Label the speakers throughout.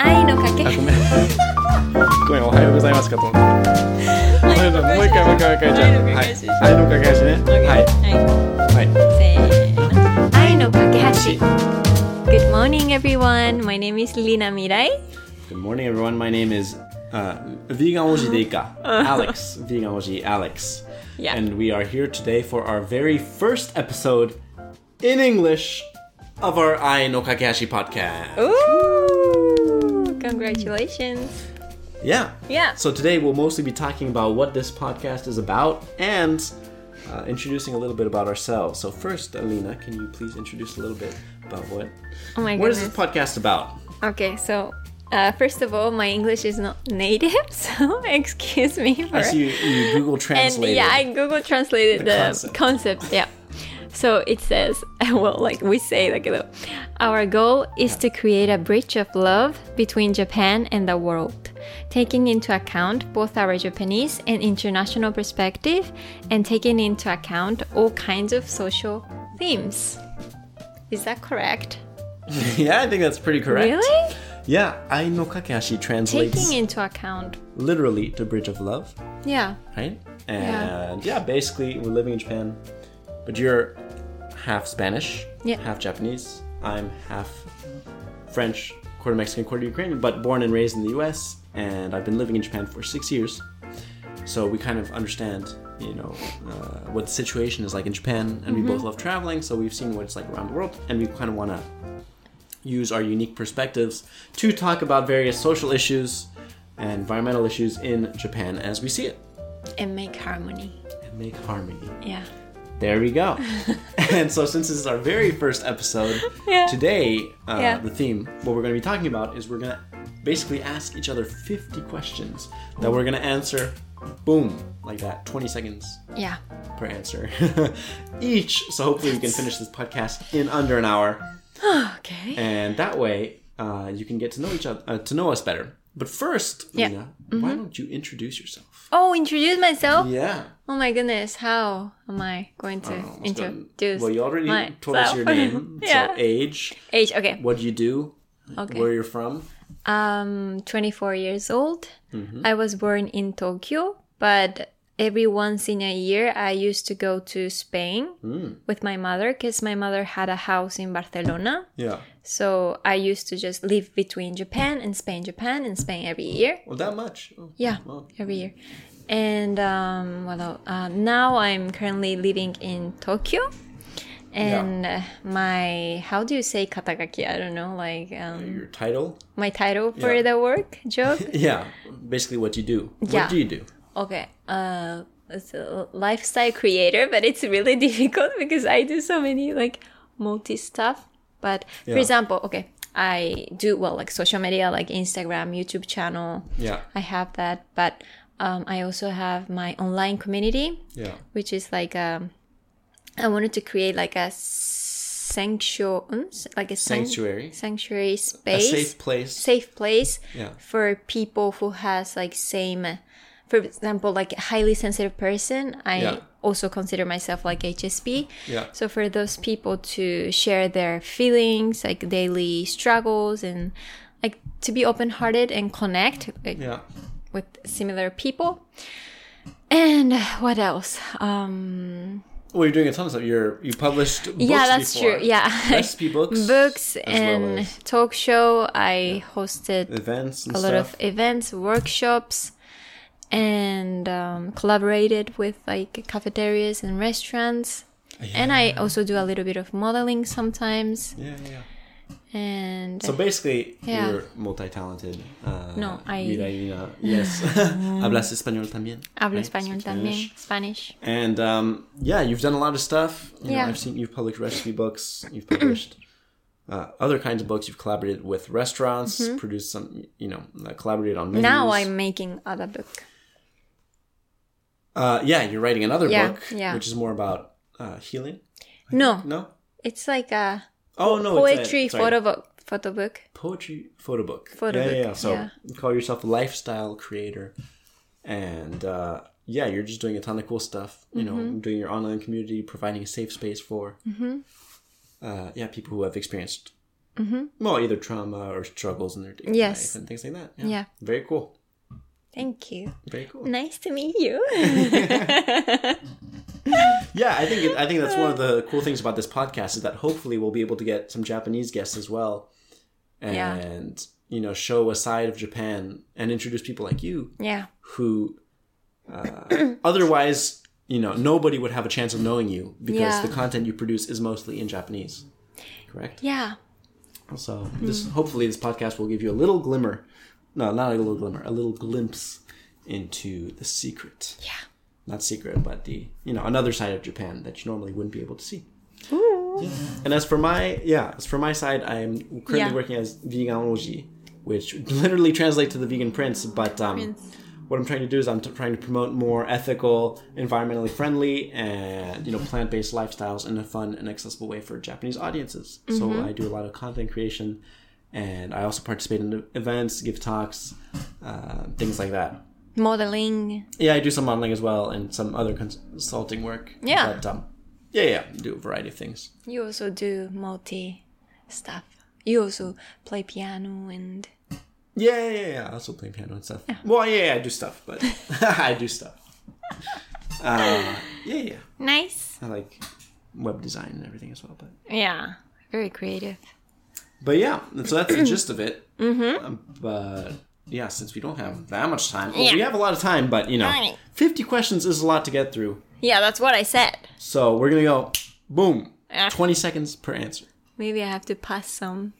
Speaker 1: 愛のかけ
Speaker 2: あご めんごめんおはようございますかと思った
Speaker 1: 愛
Speaker 2: も
Speaker 1: の
Speaker 2: う
Speaker 1: かけ
Speaker 2: 一回もう一回もう一回じゃあ
Speaker 1: 愛のか
Speaker 2: は
Speaker 1: け
Speaker 2: い
Speaker 1: 橋
Speaker 2: 愛のかけ橋ねはいはい
Speaker 1: せーの愛のかけ橋 Good morning everyone my name is Lina Mirai
Speaker 2: Good morning, everyone. My name is uh, Vegan Oji Deka, Alex. Vegan Oji Alex.
Speaker 1: Yeah.
Speaker 2: And we are here today for our very first episode in English of our Ai no Kakehashi podcast.
Speaker 1: Ooh, congratulations
Speaker 2: Yeah.
Speaker 1: Yeah.
Speaker 2: So today we'll mostly be talking about what this podcast is about and uh, introducing a little bit about ourselves. So first, Alina, can you please introduce a little bit about what
Speaker 1: Oh my
Speaker 2: what is
Speaker 1: goodness
Speaker 2: this podcast about?
Speaker 1: Okay, so uh, first of all, my English is not native, so excuse me. For
Speaker 2: I see you, you Google
Speaker 1: and
Speaker 2: Translate.
Speaker 1: yeah, I Google translated
Speaker 2: The
Speaker 1: the,
Speaker 2: concept.
Speaker 1: concept. Yeah. So it says, well, like we say, like though, our goal is to create a bridge of love between Japan and the world, taking into account both our Japanese and international perspective, and taking into account all kinds of social themes. Is that correct?
Speaker 2: yeah, I think that's pretty correct.
Speaker 1: Really?
Speaker 2: Yeah, Ai no Kakehashi translates
Speaker 1: Taking into account
Speaker 2: literally to Bridge of Love,
Speaker 1: Yeah.
Speaker 2: right? And yeah. basically we're living in Japan, but you're half Spanish,
Speaker 1: Yeah.
Speaker 2: half Japanese. I'm half French, quarter Mexican, quarter Ukrainian, but born and raised in the U.S. And I've been living in Japan for six years, so we kind of understand, you know, uh, what the situation is like in Japan. And we both love traveling, so we've seen what it's like around the world, and we kind of want to use our unique perspectives to talk about various social issues and environmental issues in Japan as we see it
Speaker 1: And make harmony.
Speaker 2: and make harmony.
Speaker 1: Yeah.
Speaker 2: There we go. and so, since this is our very first episode,
Speaker 1: Yeah.
Speaker 2: today, uh,
Speaker 1: Yeah.
Speaker 2: the theme, what we're going to be talking about is we're going to basically ask each other 50 questions that we're going to answer, boom, like that, 20 seconds
Speaker 1: Yeah.
Speaker 2: per answer each. So, hopefully, we can finish this podcast in under an hour
Speaker 1: Okay.
Speaker 2: and that way uh, you can get to know each other uh, to know us better but first
Speaker 1: Yeah. Mm-hmm.
Speaker 2: Lena, why don't you introduce yourself
Speaker 1: oh, introduce myself?
Speaker 2: yeah
Speaker 1: Oh my goodness, how am I going to
Speaker 2: Well, let's go.
Speaker 1: introduce
Speaker 2: well you already
Speaker 1: myself?
Speaker 2: told us your name
Speaker 1: yeah.
Speaker 2: so age
Speaker 1: Age, okay.
Speaker 2: what you do
Speaker 1: Okay.
Speaker 2: where you're from
Speaker 1: Um, 24 years old.
Speaker 2: Mm-hmm.
Speaker 1: I was born in Tokyo, but every once in a year I used to go to Spain
Speaker 2: Mm.
Speaker 1: with my mother because my mother had a house in Barcelona.
Speaker 2: yeah
Speaker 1: So I used to just live between Japan and Spain, Japan and Spain every year.
Speaker 2: well that much Oh,
Speaker 1: Yeah,
Speaker 2: Wow.
Speaker 1: every year. And um, what else? Uh, now I'm currently living in Tokyo. And uh my, how do you say katagaki? I don't know, like um,
Speaker 2: your title
Speaker 1: my title for
Speaker 2: Yeah.
Speaker 1: the work job.
Speaker 2: yeah basically what you do
Speaker 1: Yeah.
Speaker 2: what do you do
Speaker 1: okay, uh, it's a lifestyle creator, but it's really difficult because I do so many like multi stuff. But for
Speaker 2: Yeah.
Speaker 1: example, okay, I do well like social media, like Instagram, YouTube channel.
Speaker 2: yeah
Speaker 1: I have that, but um, I also have my online community,
Speaker 2: yeah
Speaker 1: which is like um, I wanted to create like a sanctuary, hmm? like a san-
Speaker 2: Sanctuary.
Speaker 1: sanctuary
Speaker 2: a
Speaker 1: space,
Speaker 2: safe place
Speaker 1: safe place
Speaker 2: Yeah.
Speaker 1: for people who has like same, uh, for example, like highly sensitive person. I
Speaker 2: Yeah.
Speaker 1: also consider myself like HSP.
Speaker 2: Yeah.
Speaker 1: So for those people to share their feelings, like daily struggles, and like to be open-hearted and connect, like,
Speaker 2: yeah
Speaker 1: with similar people. And what else? Um,
Speaker 2: well you're doing a ton of stuff you're you published books
Speaker 1: yeah, that's
Speaker 2: before.
Speaker 1: true. Yeah,
Speaker 2: recipe books
Speaker 1: books
Speaker 2: as
Speaker 1: and
Speaker 2: well as
Speaker 1: talk show. I hosted
Speaker 2: events and
Speaker 1: a
Speaker 2: stuff.
Speaker 1: lot of events, workshops, and um, collaborated with like cafeterias and restaurants. And I also do a little bit of modeling sometimes.
Speaker 2: yeah yeah, yeah
Speaker 1: And
Speaker 2: So basically,
Speaker 1: Yeah.
Speaker 2: you're multi-talented. Uh,
Speaker 1: No, I-
Speaker 2: Mira, Ina, yes. Hablas español también.
Speaker 1: hablo
Speaker 2: right?
Speaker 1: español
Speaker 2: Speak Spanish.
Speaker 1: también, Spanish.
Speaker 2: And um, yeah, you've done a lot of stuff. You know,
Speaker 1: Yeah.
Speaker 2: I've seen you've published recipe books. You've published uh, other kinds of books. You've collaborated with restaurants, produced some, you know, uh, collaborated on menus.
Speaker 1: Mm-hmm. Now I'm making other book.
Speaker 2: Uh, yeah, you're writing another
Speaker 1: Yeah,
Speaker 2: book,
Speaker 1: yeah.
Speaker 2: which is more about uh, healing.
Speaker 1: No,
Speaker 2: No.
Speaker 1: it's like a
Speaker 2: Oh no, it's a-
Speaker 1: poetry
Speaker 2: sorry,
Speaker 1: photo book. Photo book.
Speaker 2: poetry photo book.
Speaker 1: Photo
Speaker 2: yeah,
Speaker 1: book,
Speaker 2: Yeah, yeah. So
Speaker 1: yeah.
Speaker 2: you call yourself a lifestyle creator, and uh, yeah, you're just doing a ton of cool stuff. You
Speaker 1: Mm-hmm.
Speaker 2: know, doing your online community, providing a safe space for, uh, yeah, people who have experienced Well, either trauma or struggles in their daily
Speaker 1: Mm-hmm. Yes.
Speaker 2: life and things like that.
Speaker 1: Yeah.
Speaker 2: Very cool.
Speaker 1: Thank you.
Speaker 2: Very cool.
Speaker 1: Nice to meet you.
Speaker 2: Yeah, I think it, I think that's one of the cool things about this podcast is that hopefully we'll be able to get some Japanese guests as well, and
Speaker 1: Yeah.
Speaker 2: you know show a side of Japan and introduce people like you
Speaker 1: yeah.
Speaker 2: who uh, otherwise you know nobody would have a chance of knowing you because
Speaker 1: Yeah.
Speaker 2: the content you produce is mostly in Japanese, correct?
Speaker 1: Yeah.
Speaker 2: So this hopefully this podcast will give you a little glimmer, no, not a little glimmer, a little glimpse into the secret. Yeah. Not secret, but the you know another side of Japan that you normally wouldn't be able to see. Yeah. And as for my yeah, as for my side, I'm currently
Speaker 1: Yeah.
Speaker 2: working as vegan oji, which literally translates to the vegan prince. But um, what I'm trying to do is I'm t- trying to promote more ethical, environmentally friendly, and you know plant-based lifestyles in a fun and accessible way for Japanese audiences. So I do a lot of content creation, and I also participate in events, give talks, uh, things like that.
Speaker 1: Modeling.
Speaker 2: Yeah, I do some modeling as well and some other cons- consulting work.
Speaker 1: Yeah.
Speaker 2: but, um, yeah, yeah, do a variety of things.
Speaker 1: You also do multi stuff. You also play piano and
Speaker 2: Yeah, yeah, yeah. I also play piano and stuff. Well, yeah, yeah, I do stuff, but I do stuff. Uh, yeah, yeah.
Speaker 1: nice.
Speaker 2: I like web design and everything as well, but
Speaker 1: Yeah. Very creative.
Speaker 2: but yeah. So that's the gist of it. Mm-hmm. Um, but yeah, since we don't have that much time, well, we
Speaker 1: Yeah.
Speaker 2: have a lot of time, but you know,
Speaker 1: Alright.
Speaker 2: fifty questions is a lot to get through.
Speaker 1: Yeah, that's what I said.
Speaker 2: So we're gonna go, boom,
Speaker 1: Yeah.
Speaker 2: twenty seconds per answer.
Speaker 1: Maybe I have to pass some.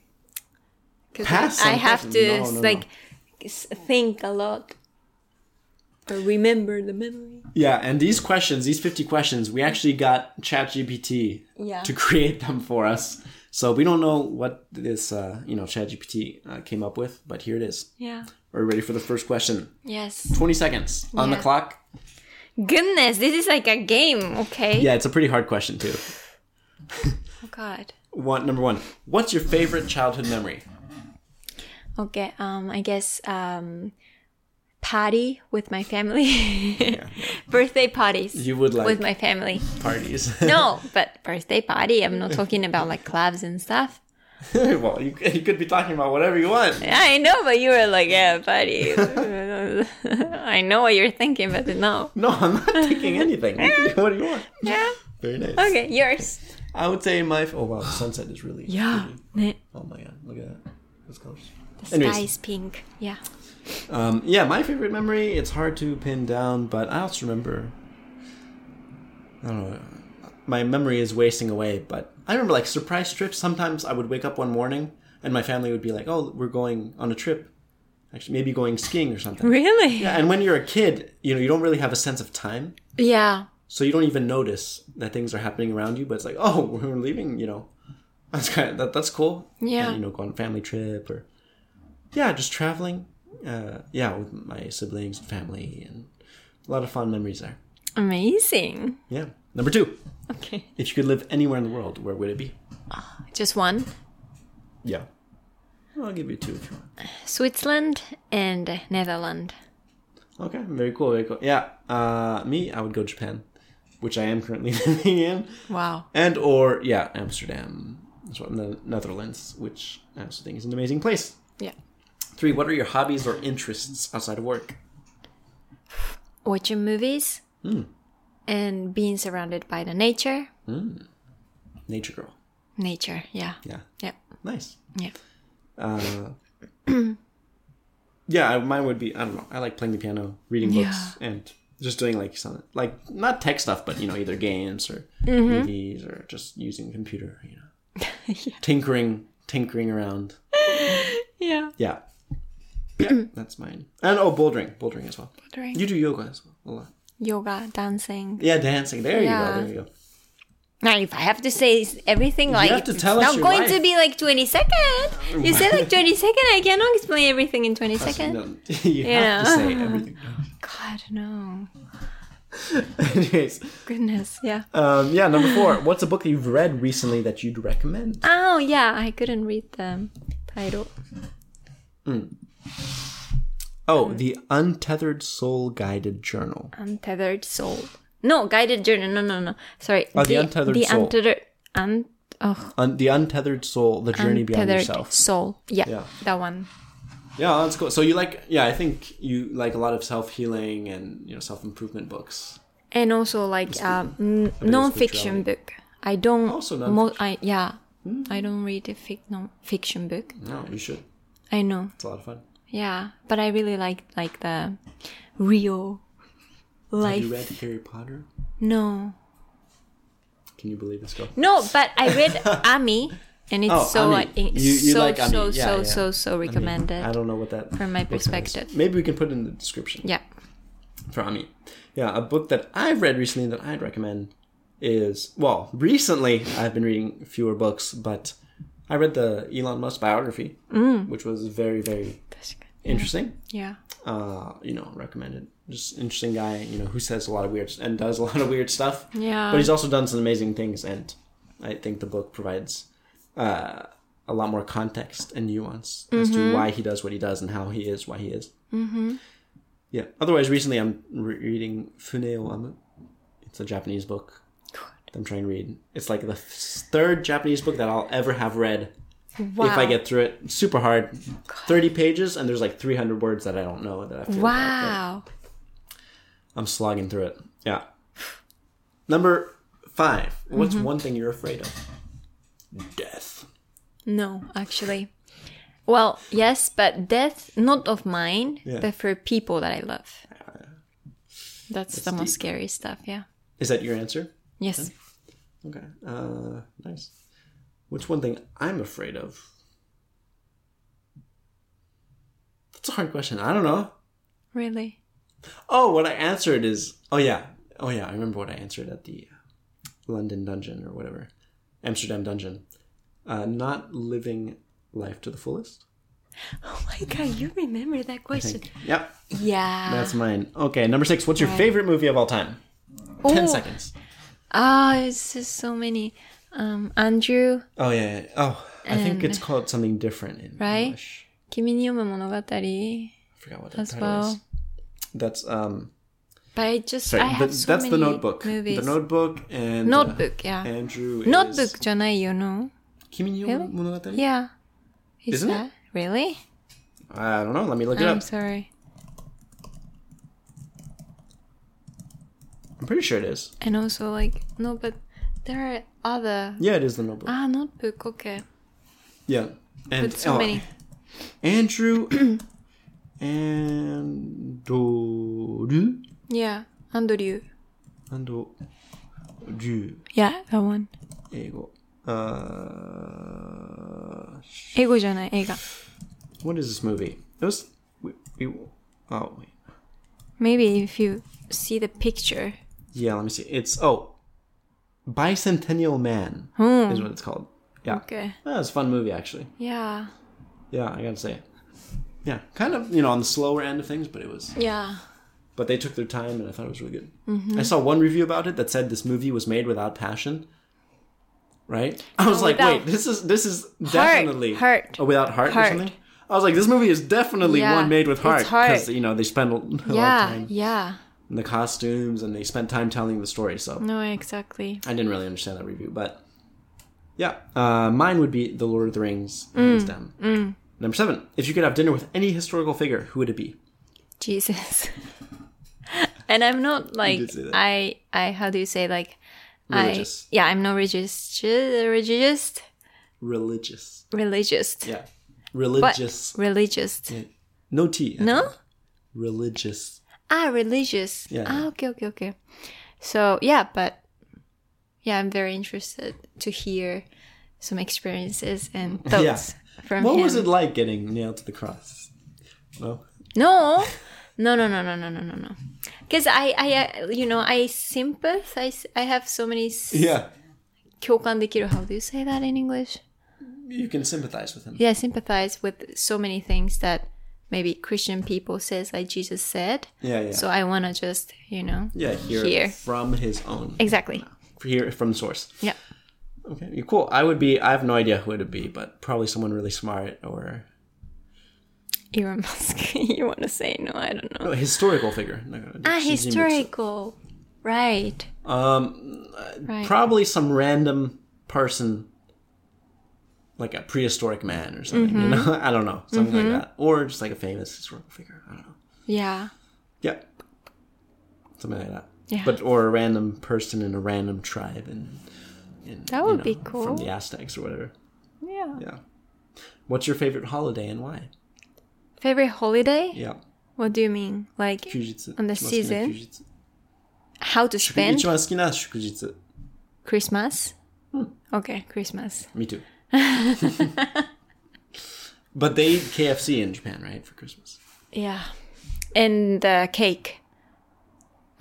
Speaker 1: Cause
Speaker 2: Pass
Speaker 1: I, I
Speaker 2: some
Speaker 1: have
Speaker 2: questions?
Speaker 1: to
Speaker 2: No, no, no.
Speaker 1: like s think a lot. Or remember the memory.
Speaker 2: Yeah, and these questions, these 50 questions, we actually got ChatGPT
Speaker 1: Yeah.
Speaker 2: to create them for us. So we don't know what this, uh, you know, ChatGPT uh, came up with, but here it is.
Speaker 1: Yeah.
Speaker 2: Are you ready for the first question?
Speaker 1: Yes.
Speaker 2: 20 seconds on the
Speaker 1: Yeah.
Speaker 2: clock.
Speaker 1: Goodness, this is like a game, okay?
Speaker 2: Yeah, it's a pretty hard question too.
Speaker 1: Oh god.
Speaker 2: One number one. What's your favorite childhood memory?
Speaker 1: Okay, um I guess um party with my family. Birthday parties
Speaker 2: You would like
Speaker 1: with my family.
Speaker 2: parties.
Speaker 1: No, but birthday party, I'm not talking about like clubs and stuff.
Speaker 2: well, you, you could be talking about whatever you want.
Speaker 1: I know, but you were like, yeah, buddy. I know what you're thinking, but no.
Speaker 2: No, I'm not taking anything. what do you want?
Speaker 1: Yeah.
Speaker 2: Very nice.
Speaker 1: Okay, yours.
Speaker 2: I would say my. Oh wow, the sunset is really.
Speaker 1: Yeah.
Speaker 2: Oh my god, look at that. Those colors. Anyways.
Speaker 1: Sky's pink. Yeah.
Speaker 2: Um, yeah, my favorite memory, it's hard to pin down, but I also remember. I don't know. My memory is wasting away, but I remember like surprise trips. Sometimes I would wake up one morning and my family would be like, oh, we're going on a trip. Actually, maybe going skiing or something.
Speaker 1: Really?
Speaker 2: Yeah, and when you're a kid, you know, you don't really have a sense of time.
Speaker 1: Yeah.
Speaker 2: So you don't even notice that things are happening around you, but it's like, oh, we're leaving, you know. That's kind of, that, that's cool.
Speaker 1: Yeah.
Speaker 2: And, you know, go on a family trip or yeah, just traveling. Uh, yeah, with my siblings and family and a lot of fun memories there.
Speaker 1: Amazing.
Speaker 2: Yeah. Number two,
Speaker 1: Okay.
Speaker 2: if you could live anywhere in the world, where would it be?
Speaker 1: Just one
Speaker 2: Yeah. I'll give you two if you want.
Speaker 1: Switzerland and Netherlands.
Speaker 2: Okay, very cool, very cool. Yeah, uh, me, I would go Japan, which I am currently living in.
Speaker 1: Wow.
Speaker 2: and or yeah amsterdam as well in the netherlands which i also think is an amazing place
Speaker 1: Yeah.
Speaker 2: three what are your hobbies or interests outside of work
Speaker 1: Watching movies
Speaker 2: Hmm.
Speaker 1: and being surrounded by the nature.
Speaker 2: nature girl
Speaker 1: Nature, yeah.
Speaker 2: yeah
Speaker 1: Yeah.
Speaker 2: nice
Speaker 1: Yeah.
Speaker 2: uh, yeah I- mine would be i don't know i like playing the piano reading books and just doing like some like not tech stuff but you know either games or movies or just using computer you know tinkering tinkering around
Speaker 1: Yeah.
Speaker 2: yeah yeah that's mine and oh bouldering bouldering as well you do yoga as well a lot
Speaker 1: Yoga, dancing.
Speaker 2: Yeah, dancing. There
Speaker 1: Yeah.
Speaker 2: you go. There you go.
Speaker 1: Now, if I have to say everything, like
Speaker 2: have to
Speaker 1: it's
Speaker 2: tell us
Speaker 1: not
Speaker 2: your
Speaker 1: going
Speaker 2: life.
Speaker 1: to be like twenty second. You said like twenty second. I cannot explain everything in twenty
Speaker 2: So,
Speaker 1: second.
Speaker 2: no, you have to
Speaker 1: Yeah.
Speaker 2: say everything.
Speaker 1: God no,
Speaker 2: Anyways,
Speaker 1: goodness, yeah.
Speaker 2: um, yeah, number four. What's a book that you've read recently that you'd recommend?
Speaker 1: Oh yeah, I couldn't read the title.
Speaker 2: Oh,
Speaker 1: Mm.
Speaker 2: The Untethered Soul Guided Journal.
Speaker 1: Untethered soul. No, guided journey. No, no, no. Sorry.
Speaker 2: Oh, The Untethered
Speaker 1: the
Speaker 2: Soul.
Speaker 1: untethered. Un- oh,
Speaker 2: Un- the untethered soul, the journey beyond
Speaker 1: Tethered
Speaker 2: yourself.
Speaker 1: soul. Yeah,
Speaker 2: Yeah.
Speaker 1: that one.
Speaker 2: Yeah, that's cool. So you like, yeah, I think you like a lot of self healing and you know self improvement books.
Speaker 1: And also like um, n-
Speaker 2: bit of
Speaker 1: non-fiction book. I don't.
Speaker 2: Also Hmm.
Speaker 1: Mo- I yeah. I don't read a fic- non-fiction book.
Speaker 2: No, you should.
Speaker 1: I know.
Speaker 2: It's a lot of fun.
Speaker 1: Yeah, but I really like like the real
Speaker 2: Have
Speaker 1: life.
Speaker 2: you read Harry Potter?
Speaker 1: No.
Speaker 2: Can you believe this girl?
Speaker 1: No, but I read Ami, and it's
Speaker 2: Oh,
Speaker 1: so
Speaker 2: Ami.
Speaker 1: I- it's
Speaker 2: You- you
Speaker 1: so
Speaker 2: like Ami.
Speaker 1: so
Speaker 2: Yeah,
Speaker 1: so
Speaker 2: yeah.
Speaker 1: so so
Speaker 2: I mean,
Speaker 1: recommended.
Speaker 2: I don't know what that
Speaker 1: from my
Speaker 2: book is.
Speaker 1: perspective.
Speaker 2: Maybe we can put it in the description
Speaker 1: yeah.
Speaker 2: for Ami. Yeah, a book that I've read recently that I'd recommend is well, recently I've been reading fewer books, but I read the Elon Musk biography, which was very very interesting.
Speaker 1: Yeah.
Speaker 2: uh, you know, recommended. Just interesting guy, you know, who says a lot of weird and does a lot of weird stuff.
Speaker 1: Yeah.
Speaker 2: But he's also done some amazing things, and I think the book provides uh, a lot more context and nuance as
Speaker 1: Mm-hmm.
Speaker 2: to why he does what he does and how he is why he is. Mm-hmm. Yeah. Otherwise, recently I'm re- reading Funeo Amu. It's a Japanese book. that I'm trying to read. It's like the f- third Japanese book that I'll ever have read
Speaker 1: Wow.
Speaker 2: if I get through it. Super hard. 30 pages, and there's like 300 words that I don't know that I have to look up, but
Speaker 1: Wow.
Speaker 2: I'm slogging through it. Yeah. Number five. What's one thing you're afraid of? Death.
Speaker 1: No, actually. Well, yes, but death not of mine,
Speaker 2: Yeah. Ah,
Speaker 1: but for people that I love. That's, the most
Speaker 2: deep.
Speaker 1: scary stuff, yeah.
Speaker 2: Is that your answer?
Speaker 1: Yes.
Speaker 2: Okay. Uh, nice. What's one thing I'm afraid of? That's a hard question. I don't know.
Speaker 1: Really?
Speaker 2: Oh, what I answered is oh yeah, oh yeah. I remember what I answered at the London dungeon or whatever, Amsterdam dungeon. Uh, not living life to the fullest.
Speaker 1: Oh my god, you remember that question.
Speaker 2: Yep,
Speaker 1: Yeah.
Speaker 2: that's mine. Okay, number six. What's your favorite movie of all time? Ten
Speaker 1: Oh.
Speaker 2: seconds.
Speaker 1: Ah, it's just so many. Um Andrew,
Speaker 2: Oh yeah. yeah. Oh, I think it's called something different in
Speaker 1: Right?
Speaker 2: English.
Speaker 1: Kimi ni Yome Monogatari.
Speaker 2: I forgot what that
Speaker 1: As
Speaker 2: title is.
Speaker 1: well.
Speaker 2: That's um.
Speaker 1: But I just
Speaker 2: Sorry,
Speaker 1: I have
Speaker 2: th-
Speaker 1: so
Speaker 2: that's the
Speaker 1: many
Speaker 2: Notebook.
Speaker 1: Movies.
Speaker 2: The Notebook and uh,
Speaker 1: Notebook, yeah.
Speaker 2: Andrew. is-
Speaker 1: Notebook じゃないよ、no?
Speaker 2: Kimi no Monogatari.
Speaker 1: Yeah. Is
Speaker 2: Isn't it?
Speaker 1: that really?
Speaker 2: I don't know. Let me look it
Speaker 1: I'm
Speaker 2: up.
Speaker 1: sorry.
Speaker 2: I'm pretty sure it is.
Speaker 1: And also like no but there are other
Speaker 2: Yeah, it is the Notebook.
Speaker 1: Ah, notebook, okay.
Speaker 2: yeah, and
Speaker 1: But so
Speaker 2: oh,
Speaker 1: many.
Speaker 2: Andrew and Doru
Speaker 1: Yeah. Andrew.
Speaker 2: and Doru
Speaker 1: Yeah, that one.
Speaker 2: Ego. Uh, sh-
Speaker 1: 英語じゃない、映画。
Speaker 2: what is this movie? It was we, we oh wait.
Speaker 1: Maybe if you see the picture.
Speaker 2: yeah. Let me see. It's oh, Bicentennial Man is what it's called. Yeah,
Speaker 1: Okay.
Speaker 2: that was a fun movie actually.
Speaker 1: Yeah.
Speaker 2: Yeah, I gotta say. Yeah, kind of you know on the slower end of things, but it was
Speaker 1: Yeah.
Speaker 2: but they took their time and I thought it was really good.
Speaker 1: Mm-hmm.
Speaker 2: I saw one review about it that said this movie was made without passion. Right? I was
Speaker 1: No,
Speaker 2: like,
Speaker 1: Oh, without-
Speaker 2: wait, this is this is definitely
Speaker 1: heart.
Speaker 2: Oh, without heart,
Speaker 1: Heart.
Speaker 2: or something. I was like, this movie is definitely
Speaker 1: Yeah,
Speaker 2: one made with
Speaker 1: it's
Speaker 2: heart
Speaker 1: heart.
Speaker 2: you know they spent a, a lot of
Speaker 1: Yeah.
Speaker 2: time
Speaker 1: Yeah.
Speaker 2: in the costumes and they spent time telling the story. So
Speaker 1: No, exactly.
Speaker 2: I didn't really understand that review, but yeah, uh, mine would be The Lord of the Rings,
Speaker 1: Mm,
Speaker 2: hands down. Number seven. If you could have dinner with any historical figure, who would it be?
Speaker 1: Jesus. and I'm not like
Speaker 2: did say that.
Speaker 1: I I how do you say like
Speaker 2: Religious.
Speaker 1: I yeah I'm not religious religious
Speaker 2: Religious.
Speaker 1: religious
Speaker 2: Yeah.
Speaker 1: but
Speaker 2: Religious.
Speaker 1: religious
Speaker 2: No tea.
Speaker 1: no
Speaker 2: Religious.
Speaker 1: ah religious
Speaker 2: Yeah.
Speaker 1: ah okay okay okay so yeah but yeah I'm very interested to hear some experiences and thoughts from
Speaker 2: What
Speaker 1: him
Speaker 2: was it like getting nailed to the cross? No.
Speaker 1: No, no, no, no, no, no, no, no, no. Because I, I, uh, you know, I sympathize. I have so many. s-
Speaker 2: Yeah.
Speaker 1: 共感できる. How do you say that in English?
Speaker 2: You can sympathize with him.
Speaker 1: Yeah, I sympathize with so many things that maybe Christian people says like Jesus said.
Speaker 2: Yeah, yeah.
Speaker 1: So I wanna just, you know.
Speaker 2: yeah, hear, it
Speaker 1: Hear.
Speaker 2: from his own.
Speaker 1: Exactly.
Speaker 2: Hear it from the source.
Speaker 1: Yeah.
Speaker 2: Okay, you're cool. I would be, I have no idea who it would be, but probably someone really smart or
Speaker 1: Elon Musk. you wanna say no? I don't know.
Speaker 2: a historical figure. No, no,
Speaker 1: Ah,
Speaker 2: Xi Jinping.
Speaker 1: historical. Right.
Speaker 2: Um,
Speaker 1: Right.
Speaker 2: probably some random person like a prehistoric man or something. You
Speaker 1: Mm-hmm.
Speaker 2: know, I don't know, something like that, or just like a famous historical figure. I don't know.
Speaker 1: Yeah.
Speaker 2: Yeah, something like that.
Speaker 1: Yeah.
Speaker 2: But or a random person in a random tribe, and, and
Speaker 1: That would be cool.
Speaker 2: from the Aztecs or whatever.
Speaker 1: Yeah.
Speaker 2: Yeah. What's your favorite holiday and why?
Speaker 1: Favorite holiday?
Speaker 2: Yeah.
Speaker 1: What do you mean? Like
Speaker 2: Kyujitsu.
Speaker 1: On the
Speaker 2: Ichimasu-kina
Speaker 1: season?
Speaker 2: Kyujitsu.
Speaker 1: how to spend
Speaker 2: Ichimasu-kina shukujitsu.
Speaker 1: Christmas?
Speaker 2: Hmm.
Speaker 1: Okay, Christmas.
Speaker 2: Me too. but they eat KFC in Japan, right, for Christmas?
Speaker 1: Yeah. And the cake.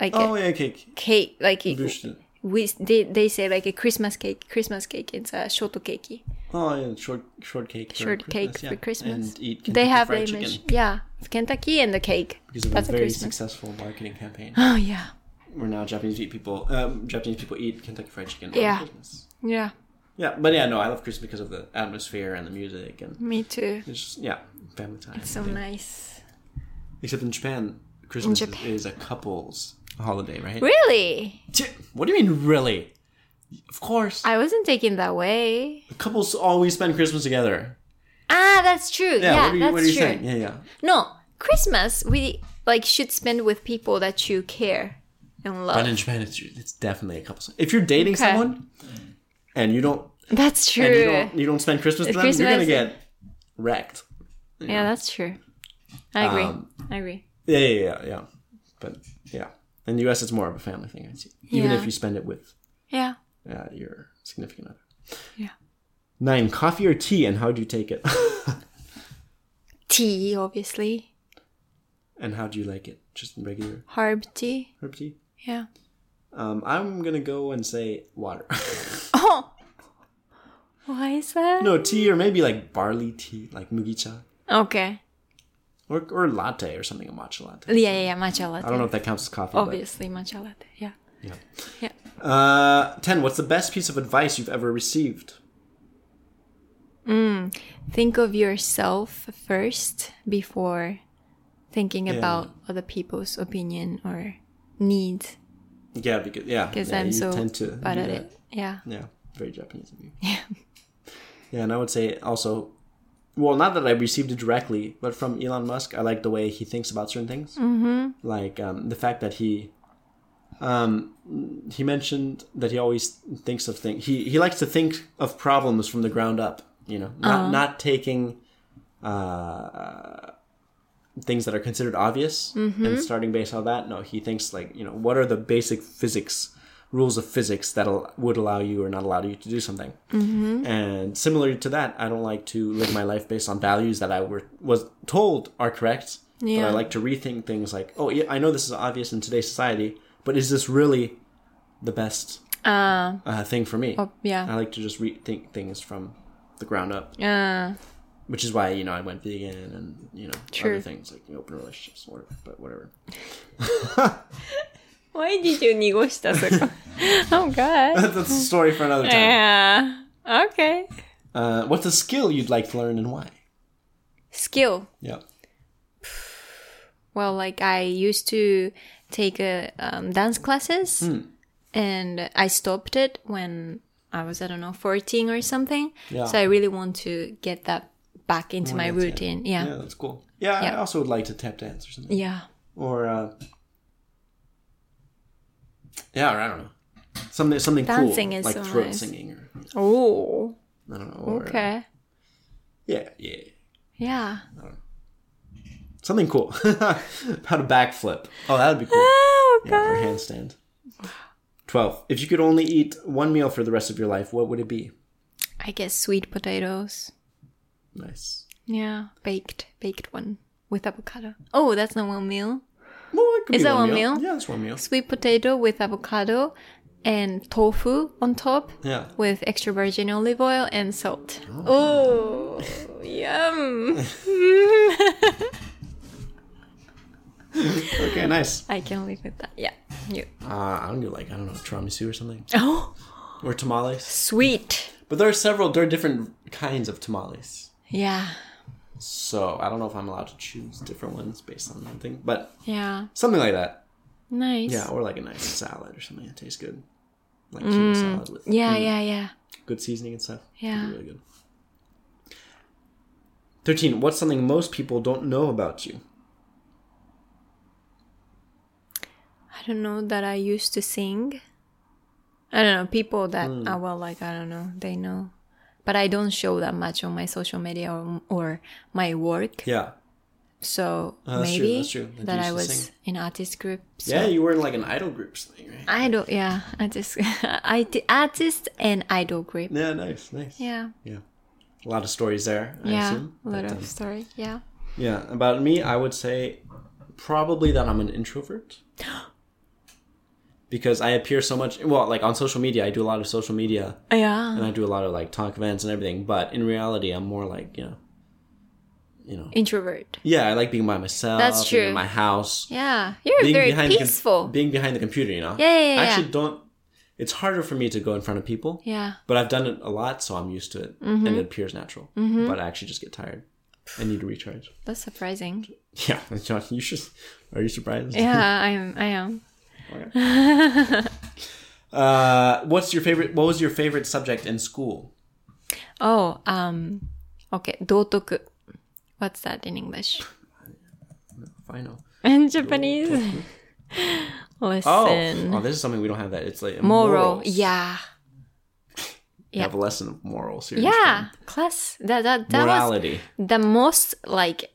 Speaker 1: Like
Speaker 2: Oh
Speaker 1: a
Speaker 2: yeah, cake.
Speaker 1: cake like it-
Speaker 2: Bushten.
Speaker 1: we they, they say like a Christmas cake. Christmas cake it's a shortcake.
Speaker 2: Oh yeah, short short cake. for
Speaker 1: Short cake
Speaker 2: Christmas,
Speaker 1: for
Speaker 2: yeah.
Speaker 1: Christmas.
Speaker 2: And eat
Speaker 1: they
Speaker 2: Kentucky
Speaker 1: have the
Speaker 2: fried
Speaker 1: image.
Speaker 2: chicken
Speaker 1: Yeah. Kentucky and the cake.
Speaker 2: because of
Speaker 1: That's
Speaker 2: a
Speaker 1: a
Speaker 2: very
Speaker 1: Christmas.
Speaker 2: successful marketing campaign.
Speaker 1: Oh yeah.
Speaker 2: Where now Japanese eat people, um, Japanese people eat Kentucky Fried Chicken
Speaker 1: Yeah.
Speaker 2: on Christmas.
Speaker 1: Yeah.
Speaker 2: Yeah, but yeah, no, I love Christmas because of the atmosphere and the music and
Speaker 1: Me too.
Speaker 2: it's just, yeah, family time.
Speaker 1: So
Speaker 2: yeah.
Speaker 1: nice.
Speaker 2: Except in Japan, Christmas
Speaker 1: In Japan.
Speaker 2: is a couple's holiday, right?
Speaker 1: Really?
Speaker 2: T- What do you mean, really? Of course.
Speaker 1: I wasn't taking that way.
Speaker 2: Couples always spend Christmas together.
Speaker 1: Ah, that's true. Yeah,
Speaker 2: what are you,
Speaker 1: that's
Speaker 2: what are you
Speaker 1: true.
Speaker 2: saying? Yeah, yeah.
Speaker 1: No, Christmas we like should spend with people that you care and love.
Speaker 2: But in Japan, it's, it's definitely a couple's. If you're dating
Speaker 1: Okay.
Speaker 2: someone and you don't
Speaker 1: That's
Speaker 2: and you
Speaker 1: true.
Speaker 2: don't you don't spend Christmas with them,
Speaker 1: Christmas-
Speaker 2: you're gonna get wrecked.
Speaker 1: Yeah, that's true. I agree.
Speaker 2: Um,
Speaker 1: I agree.
Speaker 2: Yeah, yeah, yeah, yeah. But yeah, in the U.S., it's more of a family thing. I see. Even
Speaker 1: Yeah.
Speaker 2: if you spend it with
Speaker 1: Yeah.
Speaker 2: uh, your significant other.
Speaker 1: Yeah.
Speaker 2: Nine coffee or tea, and how do you take it?
Speaker 1: Tea, obviously.
Speaker 2: and how do you like it? Just regular
Speaker 1: Herb tea.
Speaker 2: herb tea.
Speaker 1: Yeah.
Speaker 2: Um, I'm gonna go and say water.
Speaker 1: Oh. Why is that?
Speaker 2: no tea, or maybe like barley tea, like mugicha,
Speaker 1: Okay.
Speaker 2: or or latte or something, a matcha latte.
Speaker 1: Yeah, yeah, yeah. Matcha latte.
Speaker 2: I don't know if that counts as coffee.
Speaker 1: Obviously, matcha latte. Yeah.
Speaker 2: But, uh, ten. What's the best piece of advice you've ever received?
Speaker 1: Think of yourself first before thinking
Speaker 2: Yeah.
Speaker 1: about other people's opinion or needs.
Speaker 2: Yeah, because yeah,
Speaker 1: Because
Speaker 2: yeah,
Speaker 1: I'm
Speaker 2: you
Speaker 1: so
Speaker 2: tend to
Speaker 1: bad
Speaker 2: do
Speaker 1: at
Speaker 2: that.
Speaker 1: it. Yeah.
Speaker 2: Yeah, very Japanese of you.
Speaker 1: Yeah.
Speaker 2: Yeah, and I would say also, well, not that I received it directly, but from Elon Musk, I like the way he thinks about certain things, mm-hmm. like um, the fact that he, um, he mentioned that he always thinks of things. He he likes to think of problems from the ground up. You know, not not taking. Uh, things that are considered obvious
Speaker 1: Mm-hmm.
Speaker 2: and starting based on that no he thinks like you know what are the basic physics rules of physics that al- would allow you or not allow you to do something
Speaker 1: Mm-hmm.
Speaker 2: and similar to that i don't like to live my life based on values that i were was told are correct but
Speaker 1: Yeah.
Speaker 2: i like to rethink things like oh yeah i know this is obvious in today's society but is this really the best
Speaker 1: Uh,
Speaker 2: uh, thing for me
Speaker 1: oh,
Speaker 2: i
Speaker 1: yeah.
Speaker 2: like to just rethink things from the ground up
Speaker 1: Uh,
Speaker 2: which is why you know I went vegan and you know
Speaker 1: True.
Speaker 2: other things like open relationships, whatever. But whatever.
Speaker 1: why did you 濁したそこ Oh god.
Speaker 2: That's a story for another time.
Speaker 1: Yeah. Okay.
Speaker 2: Uh, what's a skill you'd like to learn and why?
Speaker 1: Skill.
Speaker 2: Yeah.
Speaker 1: Well, like I used to take uh um, dance classes, and I stopped it when I was I don't know fourteen or something.
Speaker 2: Yeah.
Speaker 1: So I really want to get that back into my
Speaker 2: that's it.
Speaker 1: routine. Yeah.
Speaker 2: Yeah, that's cool. Yeah, I
Speaker 1: Yeah.
Speaker 2: also would like to tap dance or something.
Speaker 1: Yeah.
Speaker 2: Or uh, yeah, or I don't know, something something
Speaker 1: Dancing
Speaker 2: cool
Speaker 1: is
Speaker 2: like
Speaker 1: so
Speaker 2: throat
Speaker 1: nice.
Speaker 2: singing or
Speaker 1: Oh.
Speaker 2: I don't know. Or, uh,
Speaker 1: Okay.
Speaker 2: yeah, yeah,
Speaker 1: Yeah.
Speaker 2: something cool. How to backflip? Oh, that would be cool.
Speaker 1: Oh
Speaker 2: Yeah, or handstand. Twelve. If you could only eat one meal for the rest of your life, what would it be?
Speaker 1: I guess sweet potatoes.
Speaker 2: Nice.
Speaker 1: Yeah, baked, baked one with avocado. Oh, that's not one meal.
Speaker 2: Well, it could
Speaker 1: Is
Speaker 2: be
Speaker 1: that
Speaker 2: one
Speaker 1: one
Speaker 2: meal.
Speaker 1: meal?
Speaker 2: Yeah, that's one meal.
Speaker 1: Sweet potato with avocado and tofu on top
Speaker 2: Yeah.
Speaker 1: with extra virgin olive oil and salt. Oh, yum.
Speaker 2: Okay, nice.
Speaker 1: I can live with that. Yeah. You.
Speaker 2: Uh, I don't do like I don't know tiramisu or something
Speaker 1: Oh,
Speaker 2: or tamales.
Speaker 1: sweet.
Speaker 2: But there are several. There are different kinds of tamales.
Speaker 1: Yeah.
Speaker 2: So I don't know if I'm allowed to choose different ones based on one thing, but
Speaker 1: Yeah.
Speaker 2: something like that.
Speaker 1: Nice.
Speaker 2: Yeah, or like a nice salad or something that tastes good, like quinoa salad with
Speaker 1: Mm, Yeah, yeah, yeah.
Speaker 2: good seasoning and stuff.
Speaker 1: Yeah.
Speaker 2: Really good. 13. What's something most people don't know about you?
Speaker 1: I don't know that I used to sing. I don't know people that
Speaker 2: Hmm.
Speaker 1: are well, like I don't know, they know, but I don't show that much on my social media or, or my work.
Speaker 2: Yeah.
Speaker 1: So
Speaker 2: Oh, that's true,
Speaker 1: maybe
Speaker 2: that's true. That
Speaker 1: that
Speaker 2: you
Speaker 1: I
Speaker 2: used to
Speaker 1: was
Speaker 2: sing.
Speaker 1: in artist group. So
Speaker 2: Yeah, you were in like an idol group thing, right?
Speaker 1: idol, yeah, artist, I did artist and idol group.
Speaker 2: Yeah, nice, nice.
Speaker 1: Yeah,
Speaker 2: Yeah. A lot of stories there, I
Speaker 1: yeah,
Speaker 2: assume.
Speaker 1: a lot
Speaker 2: But, um,
Speaker 1: of story. Yeah,
Speaker 2: yeah, about me, I would say probably that I'm an introvert. because I appear so much, well, like on social media, I do a lot of social media
Speaker 1: yeah,
Speaker 2: and I do a lot of like talk events and everything, but in reality, I'm more like, you know, you know.
Speaker 1: introvert.
Speaker 2: Yeah, I like being by myself.
Speaker 1: That's
Speaker 2: being
Speaker 1: true.
Speaker 2: in my house.
Speaker 1: Yeah, you're very
Speaker 2: the com-
Speaker 1: peaceful.
Speaker 2: being behind the computer, you know.
Speaker 1: Yeah, yeah, yeah,
Speaker 2: I actually don't. It's harder for me to go in front of people,
Speaker 1: yeah,
Speaker 2: but I've done it a lot, so I'm used to it,
Speaker 1: Mm-hmm.
Speaker 2: and it appears natural. But I actually just get tired. I need to recharge.
Speaker 1: that's surprising.
Speaker 2: Yeah, John, you should. Are you surprised?
Speaker 1: Yeah, I am. I am.
Speaker 2: Uh, what's your favorite? What was your favorite subject in school?
Speaker 1: Oh, um, okay, dotoku. What's that in English?
Speaker 2: I know.
Speaker 1: In Japanese?
Speaker 2: Oh,
Speaker 1: Listen.
Speaker 2: oh, this is something we don't have. That it's like
Speaker 1: moral.
Speaker 2: morals.
Speaker 1: Oh, Yeah.
Speaker 2: You have a lesson of morals here. in
Speaker 1: Yeah. Class. That that, that was
Speaker 2: morality.
Speaker 1: the most like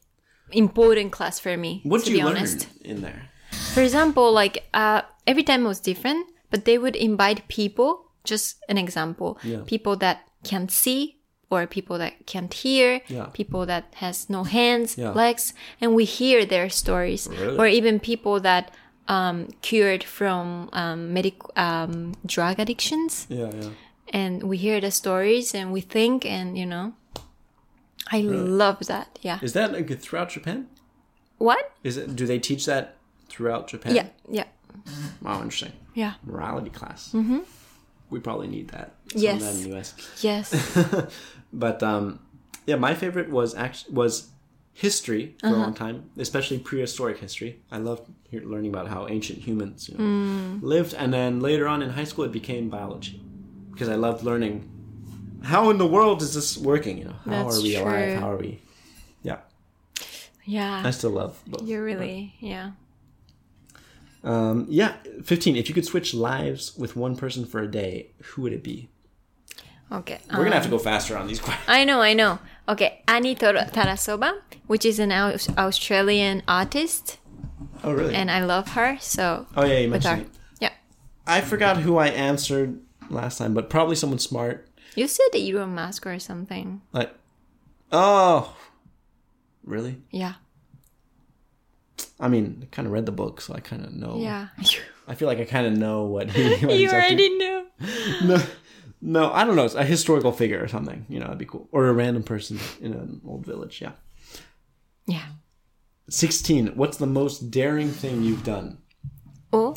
Speaker 1: important class for me.
Speaker 2: What
Speaker 1: to
Speaker 2: did you
Speaker 1: be
Speaker 2: learn
Speaker 1: honest.
Speaker 2: in there?
Speaker 1: For example, like uh, every time was different, but they would invite people. Just an example:
Speaker 2: Yeah.
Speaker 1: people that can't see, or people that can't hear,
Speaker 2: Yeah.
Speaker 1: people that has no hands,
Speaker 2: Yeah.
Speaker 1: legs, and we hear their stories,
Speaker 2: Really?
Speaker 1: or even people that um, cured from um, medic um, drug addictions,
Speaker 2: Yeah, yeah.
Speaker 1: and we hear the stories, and we think, and you know, I love that. Yeah.
Speaker 2: Is that like throughout Japan?
Speaker 1: what?
Speaker 2: Is it? Do they teach that throughout Japan?
Speaker 1: Yeah. Yeah.
Speaker 2: Wow, interesting.
Speaker 1: Yeah.
Speaker 2: Morality class. Mm-hmm. We probably need that. Some of
Speaker 1: Yes.
Speaker 2: that in the US.
Speaker 1: Yes.
Speaker 2: But um, yeah, my favorite was actually was history for
Speaker 1: Uh-huh.
Speaker 2: a long time, especially prehistoric history. I loved hear, learning about how ancient humans you know,
Speaker 1: Mm.
Speaker 2: lived, and then later on in high school, it became biology because I loved learning how in the world is this working. You know, how
Speaker 1: That's
Speaker 2: are we alive?
Speaker 1: true.
Speaker 2: How are we? Yeah,
Speaker 1: yeah.
Speaker 2: I still love both.
Speaker 1: You're really, yeah.
Speaker 2: Um, yeah, 15. If you could switch lives with one person for a day, who would it be?
Speaker 1: Okay.
Speaker 2: We're going
Speaker 1: um,
Speaker 2: to have to go faster on these questions.
Speaker 1: I know, I know. Okay, Annie Tor- Tarasova, which is an Aus- Australian artist,
Speaker 2: Oh, really?
Speaker 1: and I love her. So,
Speaker 2: oh, yeah, you
Speaker 1: with her,
Speaker 2: mentioned it.
Speaker 1: yeah.
Speaker 2: I forgot who I answered last time, but probably someone smart.
Speaker 1: You said Elon Musk or something.
Speaker 2: Like, oh, really?
Speaker 1: Yeah,
Speaker 2: I mean, I kind of read the book, so I kind of know.
Speaker 1: yeah.
Speaker 2: I feel like I kind of know what he what
Speaker 1: you
Speaker 2: he's up to.
Speaker 1: already knew.
Speaker 2: No, no, I don't know. It's a historical figure or something. You know, that'd be cool. Or a random person in an old village, yeah.
Speaker 1: Yeah.
Speaker 2: 16. What's the most daring thing you've done?
Speaker 1: Oh,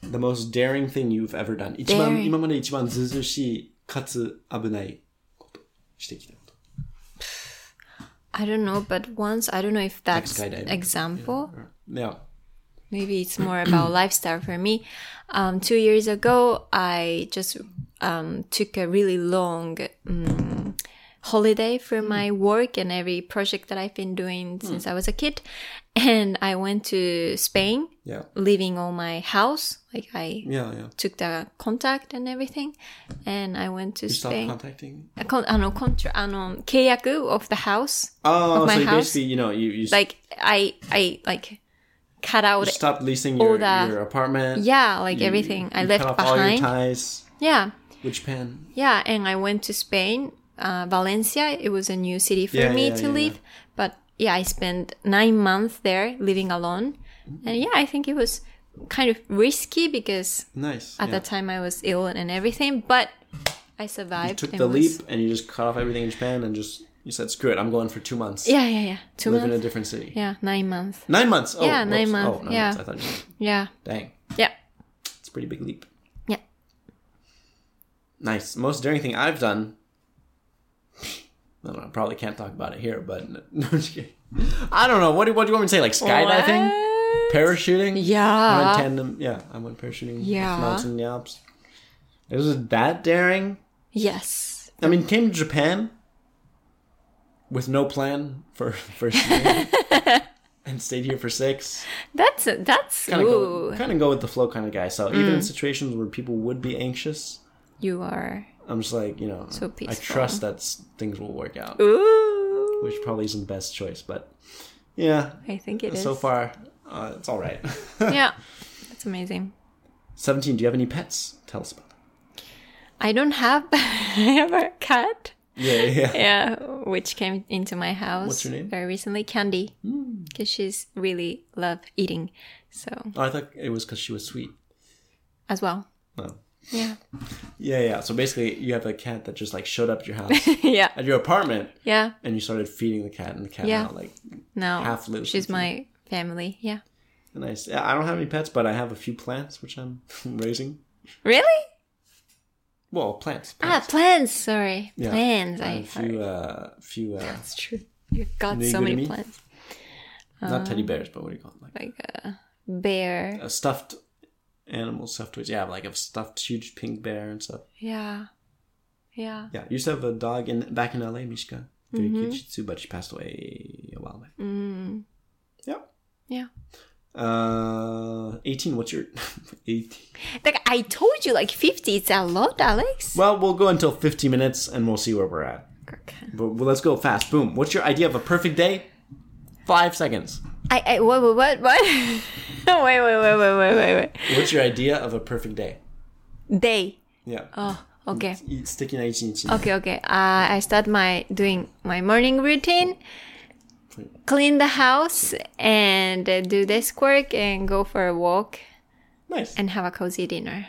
Speaker 2: the most daring thing you've ever done. 一番
Speaker 1: Daring.
Speaker 2: 今まで一番ずうずうしいかつ危ないことしてきたこと。
Speaker 1: I don't know, but once I don't know if that's
Speaker 2: skydiving.
Speaker 1: example.
Speaker 2: Yeah.
Speaker 1: maybe it's more about lifestyle for me. Um, two years ago, I just um, took a really long um, holiday from my work and every project that I've been doing
Speaker 2: Hmm.
Speaker 1: since I was a kid, and I went to Spain,
Speaker 2: Yeah.
Speaker 1: leaving all my house. Like I
Speaker 2: Yeah, yeah.
Speaker 1: took the contact and everything, and I went to
Speaker 2: Stop
Speaker 1: Spain.
Speaker 2: contacting.
Speaker 1: あの、コントラ、あの、契約 of the house.
Speaker 2: Oh,
Speaker 1: Of my
Speaker 2: so you
Speaker 1: house?
Speaker 2: basically, you know, you, you
Speaker 1: Like, I, I, like, cut out
Speaker 2: stopped leasing your,
Speaker 1: that.
Speaker 2: your apartment.
Speaker 1: Yeah, like
Speaker 2: You-
Speaker 1: everything. I
Speaker 2: you
Speaker 1: left
Speaker 2: cut off all your
Speaker 1: behind.
Speaker 2: ties
Speaker 1: yeah,
Speaker 2: with Japan.
Speaker 1: yeah, and I went to Spain, uh, Valencia. It was a new city for
Speaker 2: Yeah,
Speaker 1: me
Speaker 2: yeah,
Speaker 1: to
Speaker 2: yeah,
Speaker 1: live, but yeah, I spent nine months there living alone, and yeah, I think it was kind of risky because
Speaker 2: Nice.
Speaker 1: at
Speaker 2: yeah.
Speaker 1: that time I was ill and everything, but I survived.
Speaker 2: you took
Speaker 1: and
Speaker 2: the
Speaker 1: was-
Speaker 2: leap and you just cut off everything in Japan and just you said, "Screw it, I'm going for two months.
Speaker 1: Yeah, yeah, yeah. Two
Speaker 2: live
Speaker 1: months.
Speaker 2: in a different city.
Speaker 1: yeah, nine months.
Speaker 2: Nine months. Oh,
Speaker 1: Yeah, nine
Speaker 2: whoops.
Speaker 1: months,
Speaker 2: Oh, nine
Speaker 1: yeah.
Speaker 2: months. I thought, you said-
Speaker 1: Yeah,
Speaker 2: dang,
Speaker 1: yeah,
Speaker 2: it's a pretty big leap.
Speaker 1: yeah.
Speaker 2: Nice. Most daring thing I've done. I don't know. Probably can't talk about it here, but no, I'm just kidding. I don't know. What do, what do you want me to say? Like skydiving,
Speaker 1: What?
Speaker 2: parachuting. I went
Speaker 1: Yeah.
Speaker 2: tandem. Yeah, I went parachuting.
Speaker 1: Uh-huh. Yeah.
Speaker 2: Mountain in the Alps. It was that daring.
Speaker 1: Yes.
Speaker 2: I mean, came to Japan. with no plan for first year and stayed here for six.
Speaker 1: That's that's
Speaker 2: Kind of go,
Speaker 1: ooh, Mm.
Speaker 2: kind of go with the flow kind of guy. So even in situations where people would be anxious,
Speaker 1: you are
Speaker 2: I'm just like, you know,
Speaker 1: So
Speaker 2: I
Speaker 1: peaceful.
Speaker 2: trust that s- things will work out,
Speaker 1: ooh.
Speaker 2: which probably isn't the best choice, but yeah,
Speaker 1: I think it is.
Speaker 2: so far uh, it's all right.
Speaker 1: yeah, that's amazing.
Speaker 2: 17, do you have any pets? Tell us about them.
Speaker 1: I don't have I have a cat.
Speaker 2: Yeah, yeah.
Speaker 1: Yeah, which came into my house.
Speaker 2: What's her name? Hmm.
Speaker 1: Very recently, Candy, because she's really love eating. So
Speaker 2: Oh, I thought it was because she was sweet.
Speaker 1: as well,
Speaker 2: No.
Speaker 1: yeah,
Speaker 2: Yeah, yeah. So basically, you have a cat that just like showed up at your house,
Speaker 1: yeah,
Speaker 2: at your apartment,
Speaker 1: yeah.
Speaker 2: and you started feeding the cat, and the cat
Speaker 1: Yeah.
Speaker 2: now like
Speaker 1: No,
Speaker 2: half lives.
Speaker 1: she's
Speaker 2: with you.
Speaker 1: my family. Yeah,
Speaker 2: And I, s- I don't have any pets, but I have a few plants which I'm raising.
Speaker 1: really?
Speaker 2: Well, plants.
Speaker 1: Ah,
Speaker 2: plants.
Speaker 1: plants. Sorry,
Speaker 2: Yeah.
Speaker 1: plants.
Speaker 2: I
Speaker 1: I
Speaker 2: have a
Speaker 1: heard.
Speaker 2: few, uh, few uh,
Speaker 1: That's true. You've got
Speaker 2: Are you
Speaker 1: so
Speaker 2: good at
Speaker 1: many
Speaker 2: me?
Speaker 1: plants.
Speaker 2: not
Speaker 1: Uh.
Speaker 2: teddy bears, but what do you call it? Like
Speaker 1: Like a bear.
Speaker 2: uh, stuffed animals, stuffed toys. Yeah, like a stuffed huge pink bear and stuff.
Speaker 1: Yeah. Yeah.
Speaker 2: Yeah, used to have a dog in back in LA, Mishka. Very cute Shih Tzu, but she passed away a while back.
Speaker 1: Mm-hmm. Mm.
Speaker 2: Yeah.
Speaker 1: Yeah.
Speaker 2: Uh, 18. What's your 18?
Speaker 1: Like I told you, like 50 is a lot, Alex.
Speaker 2: Well, we'll go until 50 minutes and we'll see where we're at. But well, let's go fast. Boom. What's your idea of a perfect day? Five seconds.
Speaker 1: I, I, what, what, what, what? wait, wait, wait, wait, wait, wait,
Speaker 2: What's your idea of a perfect day?
Speaker 1: wait. Day.
Speaker 2: Yeah.
Speaker 1: Oh, okay.
Speaker 2: Eat- Stick in 18, 18.
Speaker 1: Okay, okay. Uh, I start my, doing my morning routine, clean the house, and uh, do desk work, and go for a walk,
Speaker 2: Nice.
Speaker 1: and have a cozy dinner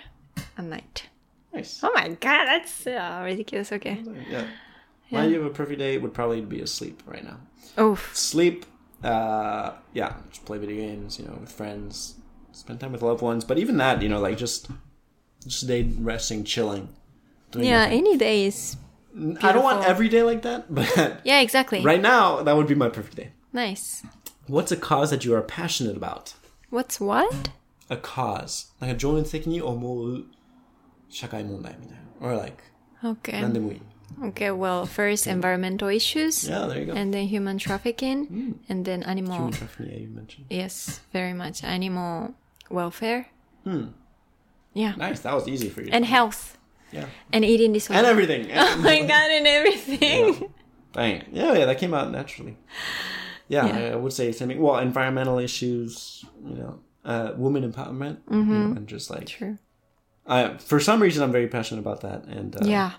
Speaker 1: at night.
Speaker 2: nice.
Speaker 1: Oh my god, that's uh, ridiculous. Okay.
Speaker 2: Yeah. My idea of a perfect day would probably be asleep right now.
Speaker 1: Oof.
Speaker 2: Sleep. Uh, yeah. Just play video games, you know, with friends. Spend time with loved ones. But even that, you know, like just, just day resting, chilling. Doing
Speaker 1: Yeah, any day is.
Speaker 2: I don't want
Speaker 1: Beautiful.
Speaker 2: every day like that, but
Speaker 1: Yeah, exactly.
Speaker 2: right now, that would be my perfect day.
Speaker 1: Nice.
Speaker 2: What's a cause that you are passionate about?
Speaker 1: What's what?
Speaker 2: A cause. Like, 情熱的に思う社会問題みたいな。Or like,
Speaker 1: Okay.
Speaker 2: 何でもいい。
Speaker 1: Okay, well, first environmental issues,
Speaker 2: Yeah, there you go.
Speaker 1: and then human trafficking, and then animal.
Speaker 2: Hmm. Human trafficking, yeah, you mentioned.
Speaker 1: Yes, very much. Animal welfare.
Speaker 2: Hmm.
Speaker 1: Yeah.
Speaker 2: Nice, that was easy for you.
Speaker 1: And health.
Speaker 2: yeah.
Speaker 1: And eating
Speaker 2: And
Speaker 1: disorder.
Speaker 2: everything.
Speaker 1: oh my god, and everything.
Speaker 2: Dang. Yeah, yeah, that came out naturally. Yeah,
Speaker 1: Yeah.
Speaker 2: I- I would say something. Well, environmental issues, you know, uh, women empowerment,
Speaker 1: Mm-hmm.
Speaker 2: you know, and just like,
Speaker 1: True.
Speaker 2: I, for some reason, I'm very passionate about that. And uh,
Speaker 1: Yeah.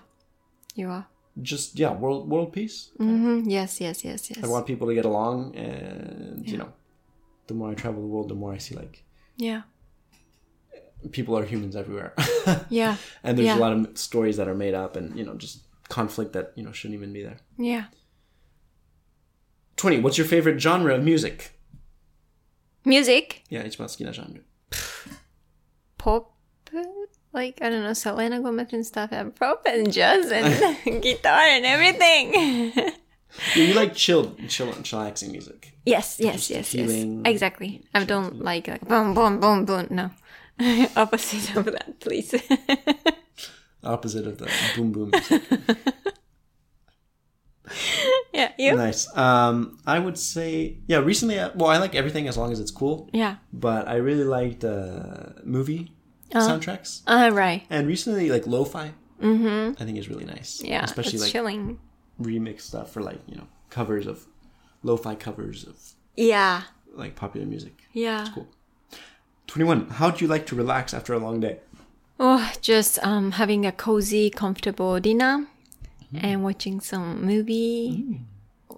Speaker 1: You are.
Speaker 2: just, yeah, world world peace.
Speaker 1: hmm Yes, yes, yes, yes.
Speaker 2: I want people to get along, and you know, the more I travel the world, the more I see like
Speaker 1: Yeah.
Speaker 2: people are humans everywhere,
Speaker 1: Yeah.
Speaker 2: and there's
Speaker 1: Yeah.
Speaker 2: a lot of stories that are made up, and you know, just conflict that you know shouldn't even be there.
Speaker 1: Yeah.
Speaker 2: Twenty. What's your favorite genre of music?
Speaker 1: Music.
Speaker 2: Yeah, it's Ichibansuki genre.
Speaker 1: pop like I don't know Selena Gomez and stuff and pop and jazz and guitar and everything.
Speaker 2: Yeah, you like chill, chill, chillaxing music.
Speaker 1: yes, yes, yes, yes.
Speaker 2: feeling-
Speaker 1: Exactly. I don't like like boom, boom, boom, boom. No, opposite of that, please.
Speaker 2: Opposite of the boom boom.
Speaker 1: yeah, you.
Speaker 2: nice. Um, I would say yeah. Recently, I, well, I like everything as long as it's cool,
Speaker 1: Yeah.
Speaker 2: but I really liked uh, movie soundtracks.
Speaker 1: All right.
Speaker 2: And recently, like lo-fi, mm-hmm. I think is really nice.
Speaker 1: Yeah,
Speaker 2: especially
Speaker 1: it's
Speaker 2: like
Speaker 1: chilling.
Speaker 2: remix stuff for like you know covers of lo-fi covers of
Speaker 1: Yeah,
Speaker 2: like popular music.
Speaker 1: yeah.
Speaker 2: Cool. Twenty-one. How do you like to relax after a long day?
Speaker 1: Oh, just um having a cozy, comfortable dinner
Speaker 2: Mm-hmm.
Speaker 1: and watching some
Speaker 2: Mm.
Speaker 1: movie,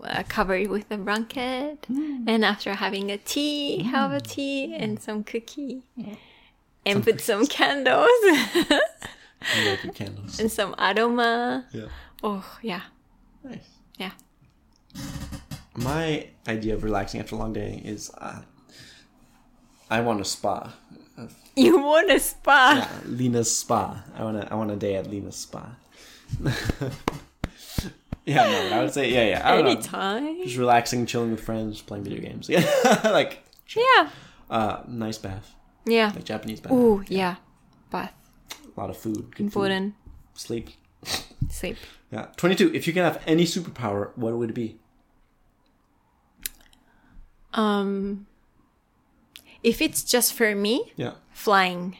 Speaker 1: uh, covered with a blanket, and after having a tea, have
Speaker 2: Mm.
Speaker 1: a tea and some cookie, and put some candles
Speaker 2: You like your candles.
Speaker 1: and some aroma.
Speaker 2: Yeah.
Speaker 1: Oh yeah,
Speaker 2: Nice.
Speaker 1: yeah.
Speaker 2: My idea of relaxing after a long day is uh, I want a spa.
Speaker 1: You want a spa?
Speaker 2: Uh, Lena's spa. I want to. I want a day at Lena's spa. yeah, no, but I would say yeah, yeah. I don't know.
Speaker 1: Anytime.
Speaker 2: Just relaxing, chilling with friends, playing video games. Yeah, like
Speaker 1: Yeah,
Speaker 2: uh, nice bath,
Speaker 1: yeah.
Speaker 2: like Japanese bath.
Speaker 1: Oh yeah, bath
Speaker 2: A lot of food, good food,
Speaker 1: important
Speaker 2: sleep.
Speaker 1: sleep.
Speaker 2: Yeah, twenty-two. If you can have any superpower, what would it be?
Speaker 1: Um, if it's just for me,
Speaker 2: Yeah.
Speaker 1: flying.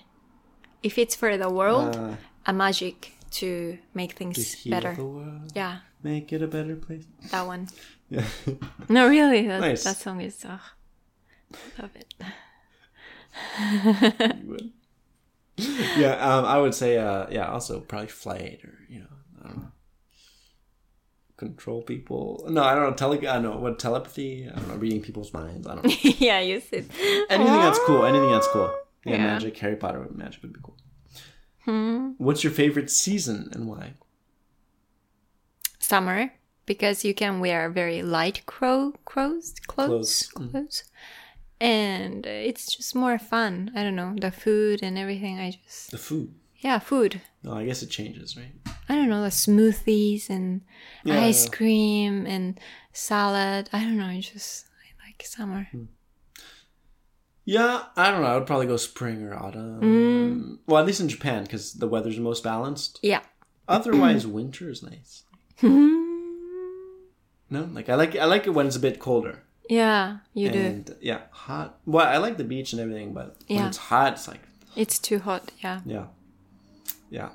Speaker 1: If it's for the world,
Speaker 2: Uh,
Speaker 1: a magic to make things
Speaker 2: heal
Speaker 1: better.
Speaker 2: the world,
Speaker 1: Yeah,
Speaker 2: make it a better place.
Speaker 1: that one.
Speaker 2: Yeah.
Speaker 1: No, really, that,
Speaker 2: Nice.
Speaker 1: that song is. Oh, love it.
Speaker 2: You would. yeah, um, I would say, uh, yeah, also probably flight or, you know, I don't know. Control people. No, I don't know. Tele- I don't know. What, telepathy? I don't know. Reading people's minds. I don't know.
Speaker 1: yeah, you said.
Speaker 2: Anything that's cool. Anything that's cool. Yeah,
Speaker 1: Oh. Yeah. Hmm.
Speaker 2: magic. Harry Potter with magic would be cool. What's your favorite season and why?
Speaker 1: summer because you can wear very light crow clothes clothes
Speaker 2: Clothes, Mm-hmm.
Speaker 1: clothes, and uh, it's just more fun i don't know the food and everything i just
Speaker 2: The food.
Speaker 1: yeah food
Speaker 2: No, Oh, I guess it changes, right?
Speaker 1: i don't know the smoothies and
Speaker 2: Yeah,
Speaker 1: ice
Speaker 2: yeah.
Speaker 1: cream and salad i don't know i just i like summer
Speaker 2: Mm. Yeah, I don't know. I would probably go spring or autumn.
Speaker 1: Mm.
Speaker 2: Well, at least in Japan, because the weather's the most balanced.
Speaker 1: yeah
Speaker 2: Otherwise, winter is nice. no, like I like I like it when it's a bit colder.
Speaker 1: yeah you do
Speaker 2: And yeah, hot. Well, I like the beach and everything, but when
Speaker 1: Yeah.
Speaker 2: it's hot, it's like
Speaker 1: it's too hot yeah
Speaker 2: yeah, yeah.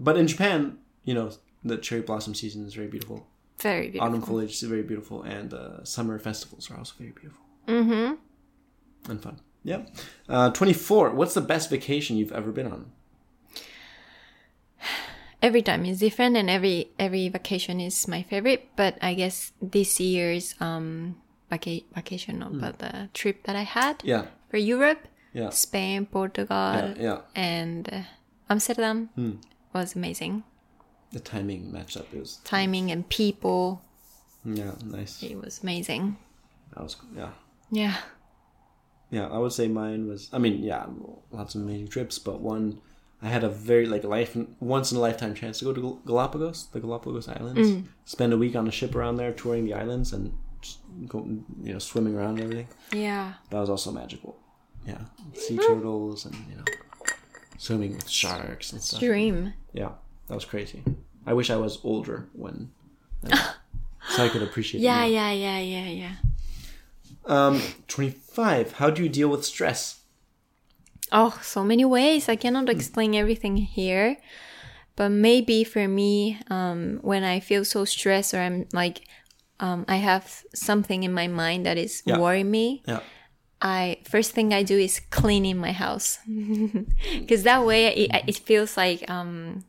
Speaker 2: But in Japan, you know, the cherry blossom season is very beautiful.
Speaker 1: very beautiful
Speaker 2: Autumn foliage is very beautiful, and uh, summer festivals are also very beautiful mm-hmm. and fun. Yeah. Uh, Twenty four. What's the best vacation you've ever been on?
Speaker 1: every time is different and every every vacation is my favorite but i guess this year's um vaca- vacation no, but the trip that i had
Speaker 2: Mm. Yeah.
Speaker 1: for europe
Speaker 2: Yeah.
Speaker 1: spain portugal
Speaker 2: Yeah. Mm. yeah.
Speaker 1: and uh, amsterdam was amazing
Speaker 2: The timing matched up. It was
Speaker 1: timing and people
Speaker 2: yeah, nice.
Speaker 1: it was amazing
Speaker 2: That was yeah.
Speaker 1: yeah
Speaker 2: Yeah, I would say mine was. I mean, yeah, lots of amazing trips, but one I had a very like life once in a lifetime chance to go to Gal- Galapagos, the Galapagos Islands, spend a week on a ship around there, touring the islands and just go, you know swimming around and everything.
Speaker 1: yeah
Speaker 2: That was also magical. Yeah, sea
Speaker 1: Hmm.
Speaker 2: turtles and you know swimming with sharks and stuff.
Speaker 1: dream
Speaker 2: Yeah, that was crazy. I wish I was older when, so I could appreciate. it
Speaker 1: yeah
Speaker 2: more.
Speaker 1: yeah yeah yeah yeah
Speaker 2: Um, 25. How do you deal with stress?
Speaker 1: Oh, so many ways. I
Speaker 2: Mm.
Speaker 1: cannot explain everything here. But maybe for me, um, when I feel so stressed or I'm like, um, I have something in my mind that is
Speaker 2: Yeah.
Speaker 1: worrying me,
Speaker 2: Yeah.
Speaker 1: I first thing I do is cleaning my house because that way it,
Speaker 2: Mm-hmm.
Speaker 1: it feels like um,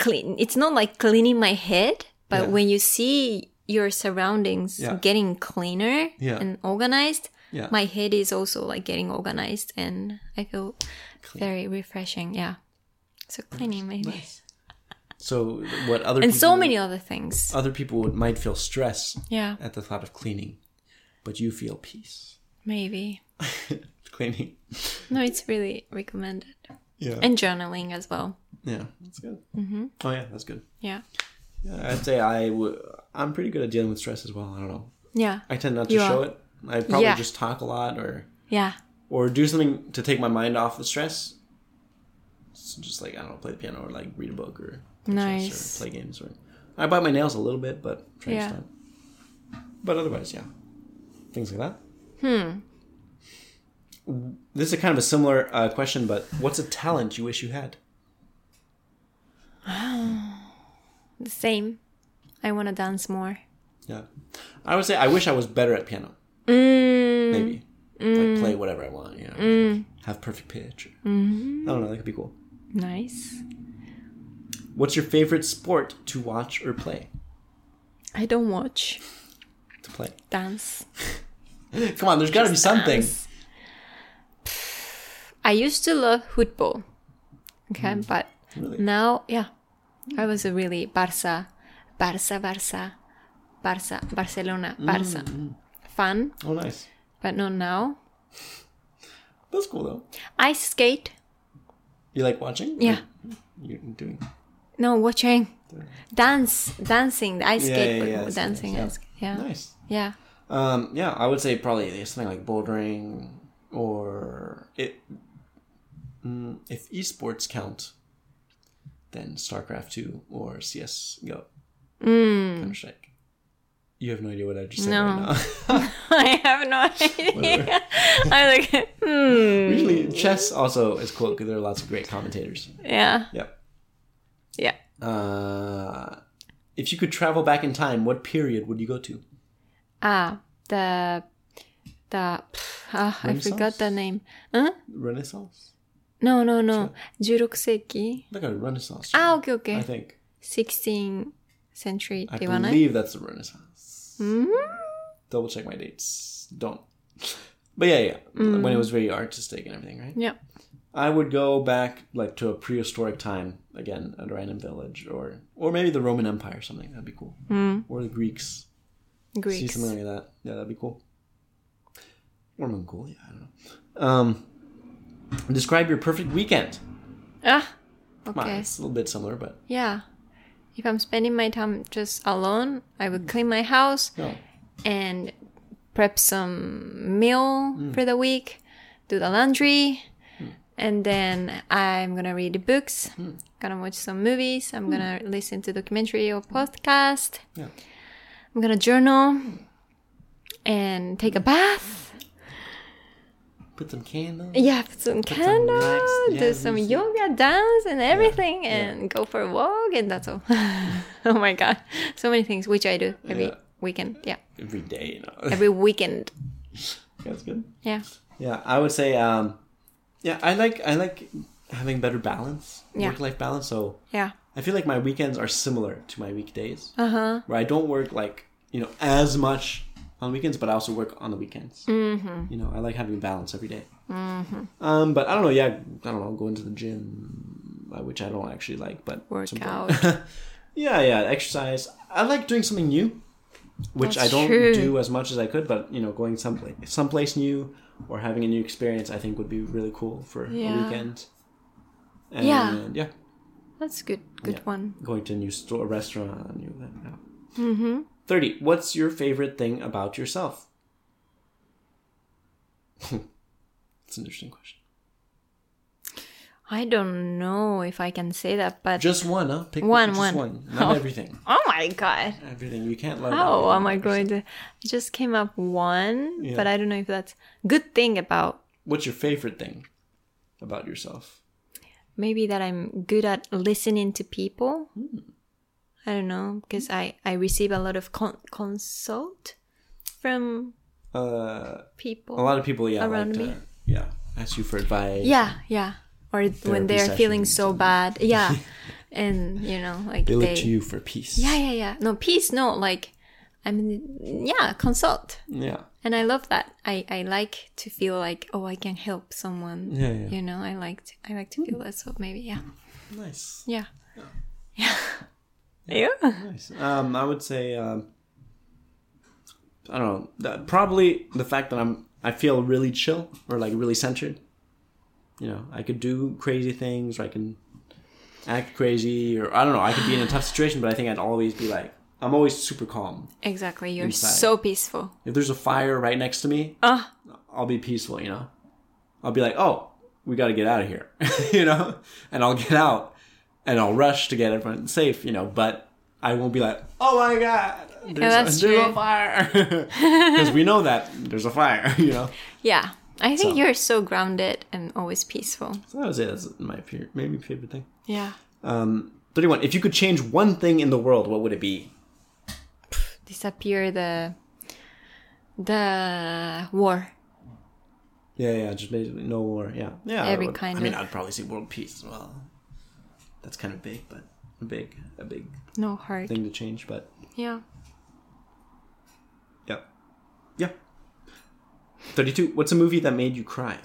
Speaker 1: clean. It's not like cleaning my head, but
Speaker 2: Yeah.
Speaker 1: when you see your surroundings
Speaker 2: Yeah.
Speaker 1: getting cleaner
Speaker 2: Yeah.
Speaker 1: and organized,
Speaker 2: Yeah.
Speaker 1: my head is also like getting organized, and I feel very refreshing. Yeah, so cleaning maybe,
Speaker 2: So what other
Speaker 1: and
Speaker 2: people,
Speaker 1: so many other things.
Speaker 2: other people would, might feel stress
Speaker 1: Yeah,
Speaker 2: at the thought of cleaning, but you feel peace.
Speaker 1: maybe.
Speaker 2: cleaning.
Speaker 1: No, it's really recommended,
Speaker 2: Yeah.
Speaker 1: and journaling as well.
Speaker 2: yeah, that's good. Mm-hmm. Oh yeah, that's good.
Speaker 1: Yeah,
Speaker 2: Yeah, I'd say I would. I'm pretty good at dealing with stress as well. I don't know.
Speaker 1: yeah,
Speaker 2: I tend not to
Speaker 1: You
Speaker 2: show
Speaker 1: are.
Speaker 2: it. I probably
Speaker 1: Yeah.
Speaker 2: just talk a lot or
Speaker 1: yeah.
Speaker 2: or do something to take my mind off the stress. So just like I don't know, play the piano or like read a book or play chess
Speaker 1: Nice.
Speaker 2: or play games or I bite my nails a little bit, but try to
Speaker 1: Yeah.
Speaker 2: stop. But otherwise, yeah, things like that. Hmm. This is kind of a similar uh, question, but what's a talent you wish you had?
Speaker 1: The same. I want to dance more.
Speaker 2: Yeah, I would say I wish I was better at piano.
Speaker 1: Mm.
Speaker 2: Maybe like play whatever I want. You know, have perfect pitch.
Speaker 1: Mm-hmm.
Speaker 2: I don't know. That could be cool.
Speaker 1: Nice.
Speaker 2: What's your favorite sport to watch or play?
Speaker 1: I don't watch
Speaker 2: To play.
Speaker 1: dance.
Speaker 2: Come on, there's got to be something.
Speaker 1: dance. I used to love football. Okay, but
Speaker 2: Really?
Speaker 1: now, yeah, I was a really Barca, Barca, Barca, Barca, Barcelona,
Speaker 2: Mm.
Speaker 1: Barca fan,
Speaker 2: Oh, nice.
Speaker 1: but not now.
Speaker 2: That's cool though.
Speaker 1: Ice skate.
Speaker 2: You like watching?
Speaker 1: Yeah.
Speaker 2: You're doing.
Speaker 1: No watching. Dance, dancing. The ice
Speaker 2: Yeah,
Speaker 1: skate,
Speaker 2: yeah, yeah,
Speaker 1: but
Speaker 2: ice
Speaker 1: dancing.
Speaker 2: skate, yeah.
Speaker 1: ice skate, Yeah.
Speaker 2: Nice.
Speaker 1: Yeah.
Speaker 2: Um, yeah, I would say probably something like bouldering or it. Mm, if esports count, then StarCraft two or CS:GO, Counter Strike. You have no idea what I just said
Speaker 1: Mm. No.
Speaker 2: right now.
Speaker 1: I have no idea. I'm like, hmm.
Speaker 2: Usually, chess also is cool because there are lots of great commentators.
Speaker 1: Yeah.
Speaker 2: Yep.
Speaker 1: Yeah.
Speaker 2: Uh, if you could travel back in time, what period would you go to?
Speaker 1: Ah, the the pff, ah, I forgot
Speaker 2: Renaissance?
Speaker 1: the name. Huh?
Speaker 2: Renaissance?
Speaker 1: No, no, no. 16世紀?
Speaker 2: Like a Renaissance.
Speaker 1: Ah, okay,
Speaker 2: I
Speaker 1: okay.
Speaker 2: think.
Speaker 1: 16th century
Speaker 2: I
Speaker 1: って言わない
Speaker 2: believe that's the Renaissance. Double check my dates. Don't. But yeah, yeah. When it was very artistic and everything, right?
Speaker 1: いや。
Speaker 2: I would go back like to a prehistoric time again, a random village, or or maybe the Roman Empire or something. That'd be cool. Or the Greeks. See
Speaker 1: グリークス。
Speaker 2: something like that. Yeah, that'd be cool. Or Mongolia. I don't know. Um, describe your perfect weekend.
Speaker 1: Ah,
Speaker 2: Well,
Speaker 1: okay.
Speaker 2: It's a little bit similar, but
Speaker 1: Yeah. If I'm spending my time just alone, I would clean my house
Speaker 2: no.
Speaker 1: and prep some meal
Speaker 2: Mm.
Speaker 1: for the week, do the laundry, and then I'm gonna read books,
Speaker 2: Mm.
Speaker 1: gonna watch some movies, I'm gonna listen to documentary or podcast,
Speaker 2: Mm. Yeah.
Speaker 1: I'm gonna journal and take a bath.
Speaker 2: Put some candles.
Speaker 1: Yeah, put some candle,
Speaker 2: relax- yeah,
Speaker 1: do some
Speaker 2: music.
Speaker 1: yoga, dance, and everything, and go for a walk, and that's all. oh my god, so many things which I do every
Speaker 2: Yeah.
Speaker 1: weekend. Yeah,
Speaker 2: Every day, you know.
Speaker 1: every weekend.
Speaker 2: That's good.
Speaker 1: Yeah,
Speaker 2: Yeah, I would say um yeah, I like I like having better balance,
Speaker 1: Yeah.
Speaker 2: work life balance. So
Speaker 1: yeah,
Speaker 2: I feel like my weekends are similar to my weekdays.
Speaker 1: uh huh.
Speaker 2: Where I don't work like, you know, as much on weekends, but I also work on the weekends. Mm-hmm. You know, I like having balance every Mm-hmm. Um, but I don't know, yeah, I don't know, going to the gym uh, which I don't actually like, but
Speaker 1: Work
Speaker 2: something-
Speaker 1: out.
Speaker 2: yeah, yeah, exercise. I like doing something new, which
Speaker 1: That's
Speaker 2: I don't
Speaker 1: true.
Speaker 2: do as much as I could. But you know, going someplace someplace new or having a new experience, I think would be really cool for a
Speaker 1: Yeah.
Speaker 2: weekend. And,
Speaker 1: Yeah.
Speaker 2: yeah,
Speaker 1: That's good. Good
Speaker 2: Yeah.
Speaker 1: one.
Speaker 2: going to a new store, restaurant, a new. Mm-hmm. Thirty. What's your favorite thing about yourself? It's an interesting question.
Speaker 1: I don't know if I can say that, but
Speaker 2: Just one, huh? Pick
Speaker 1: One,
Speaker 2: just
Speaker 1: one.
Speaker 2: Not
Speaker 1: Oh.
Speaker 2: everything.
Speaker 1: oh my god,
Speaker 2: Everything you can't love.
Speaker 1: how
Speaker 2: everything.
Speaker 1: am I going to? Just came up one,
Speaker 2: Yeah.
Speaker 1: but I don't know if that's good thing about
Speaker 2: What's your favorite thing about yourself?
Speaker 1: maybe that I'm good at listening to people.
Speaker 2: Hmm.
Speaker 1: I don't know because I I receive a lot of con- consult from
Speaker 2: Uh,
Speaker 1: people.
Speaker 2: a lot of people, yeah,
Speaker 1: Around
Speaker 2: like to,
Speaker 1: me.
Speaker 2: yeah, ask you for advice.
Speaker 1: Yeah, yeah. Or when they're feeling
Speaker 2: sessions
Speaker 1: so bad, yeah, and you know like
Speaker 2: they
Speaker 1: they,
Speaker 2: look to you for peace.
Speaker 1: yeah yeah yeah no peace no like I mean yeah consult
Speaker 2: yeah,
Speaker 1: and I love that I I like to feel like oh I can help someone
Speaker 2: Yeah, yeah. Hmm.
Speaker 1: you know I like to, I like to feel that so maybe yeah
Speaker 2: nice,
Speaker 1: yeah yeah yeah
Speaker 2: nice. Um, I would say, um, I don't know, that probably the fact that I'm, I feel really chill or like really centered. You know, I could do crazy things, or I can act crazy, or I don't know. I could be in a tough situation, but I think I'd always be like, I'm always super calm.
Speaker 1: Exactly. You're
Speaker 2: inside.
Speaker 1: so peaceful.
Speaker 2: If there's a fire right next to me,
Speaker 1: Ah,
Speaker 2: I'll be peaceful, you know. I'll be like, oh, we got to get out of here, you know, and I'll get out and I'll rush to get everyone safe, you know. But I won't be like, oh my god, there's,
Speaker 1: that's
Speaker 2: a, there's a
Speaker 1: true.
Speaker 2: fire, because we know that there's a fire, you know.
Speaker 1: yeah. I think
Speaker 2: So-
Speaker 1: you're so grounded and always peaceful.
Speaker 2: So I would say that's my fe- maybe favorite thing.
Speaker 1: Yeah.
Speaker 2: Um, Thirty-one. If you could change one thing in the world, what would it be?
Speaker 1: Disappear the the war.
Speaker 2: Yeah, yeah, just basically no war. Yeah, yeah. I
Speaker 1: Every
Speaker 2: would-
Speaker 1: kind
Speaker 2: I mean,
Speaker 1: of-
Speaker 2: I'd probably say world peace as well. That's kind of big, but a big, a big
Speaker 1: No heart.
Speaker 2: thing to change, but.
Speaker 1: Yeah.
Speaker 2: Yeah. Yeah. 32. What's a movie that made you cry?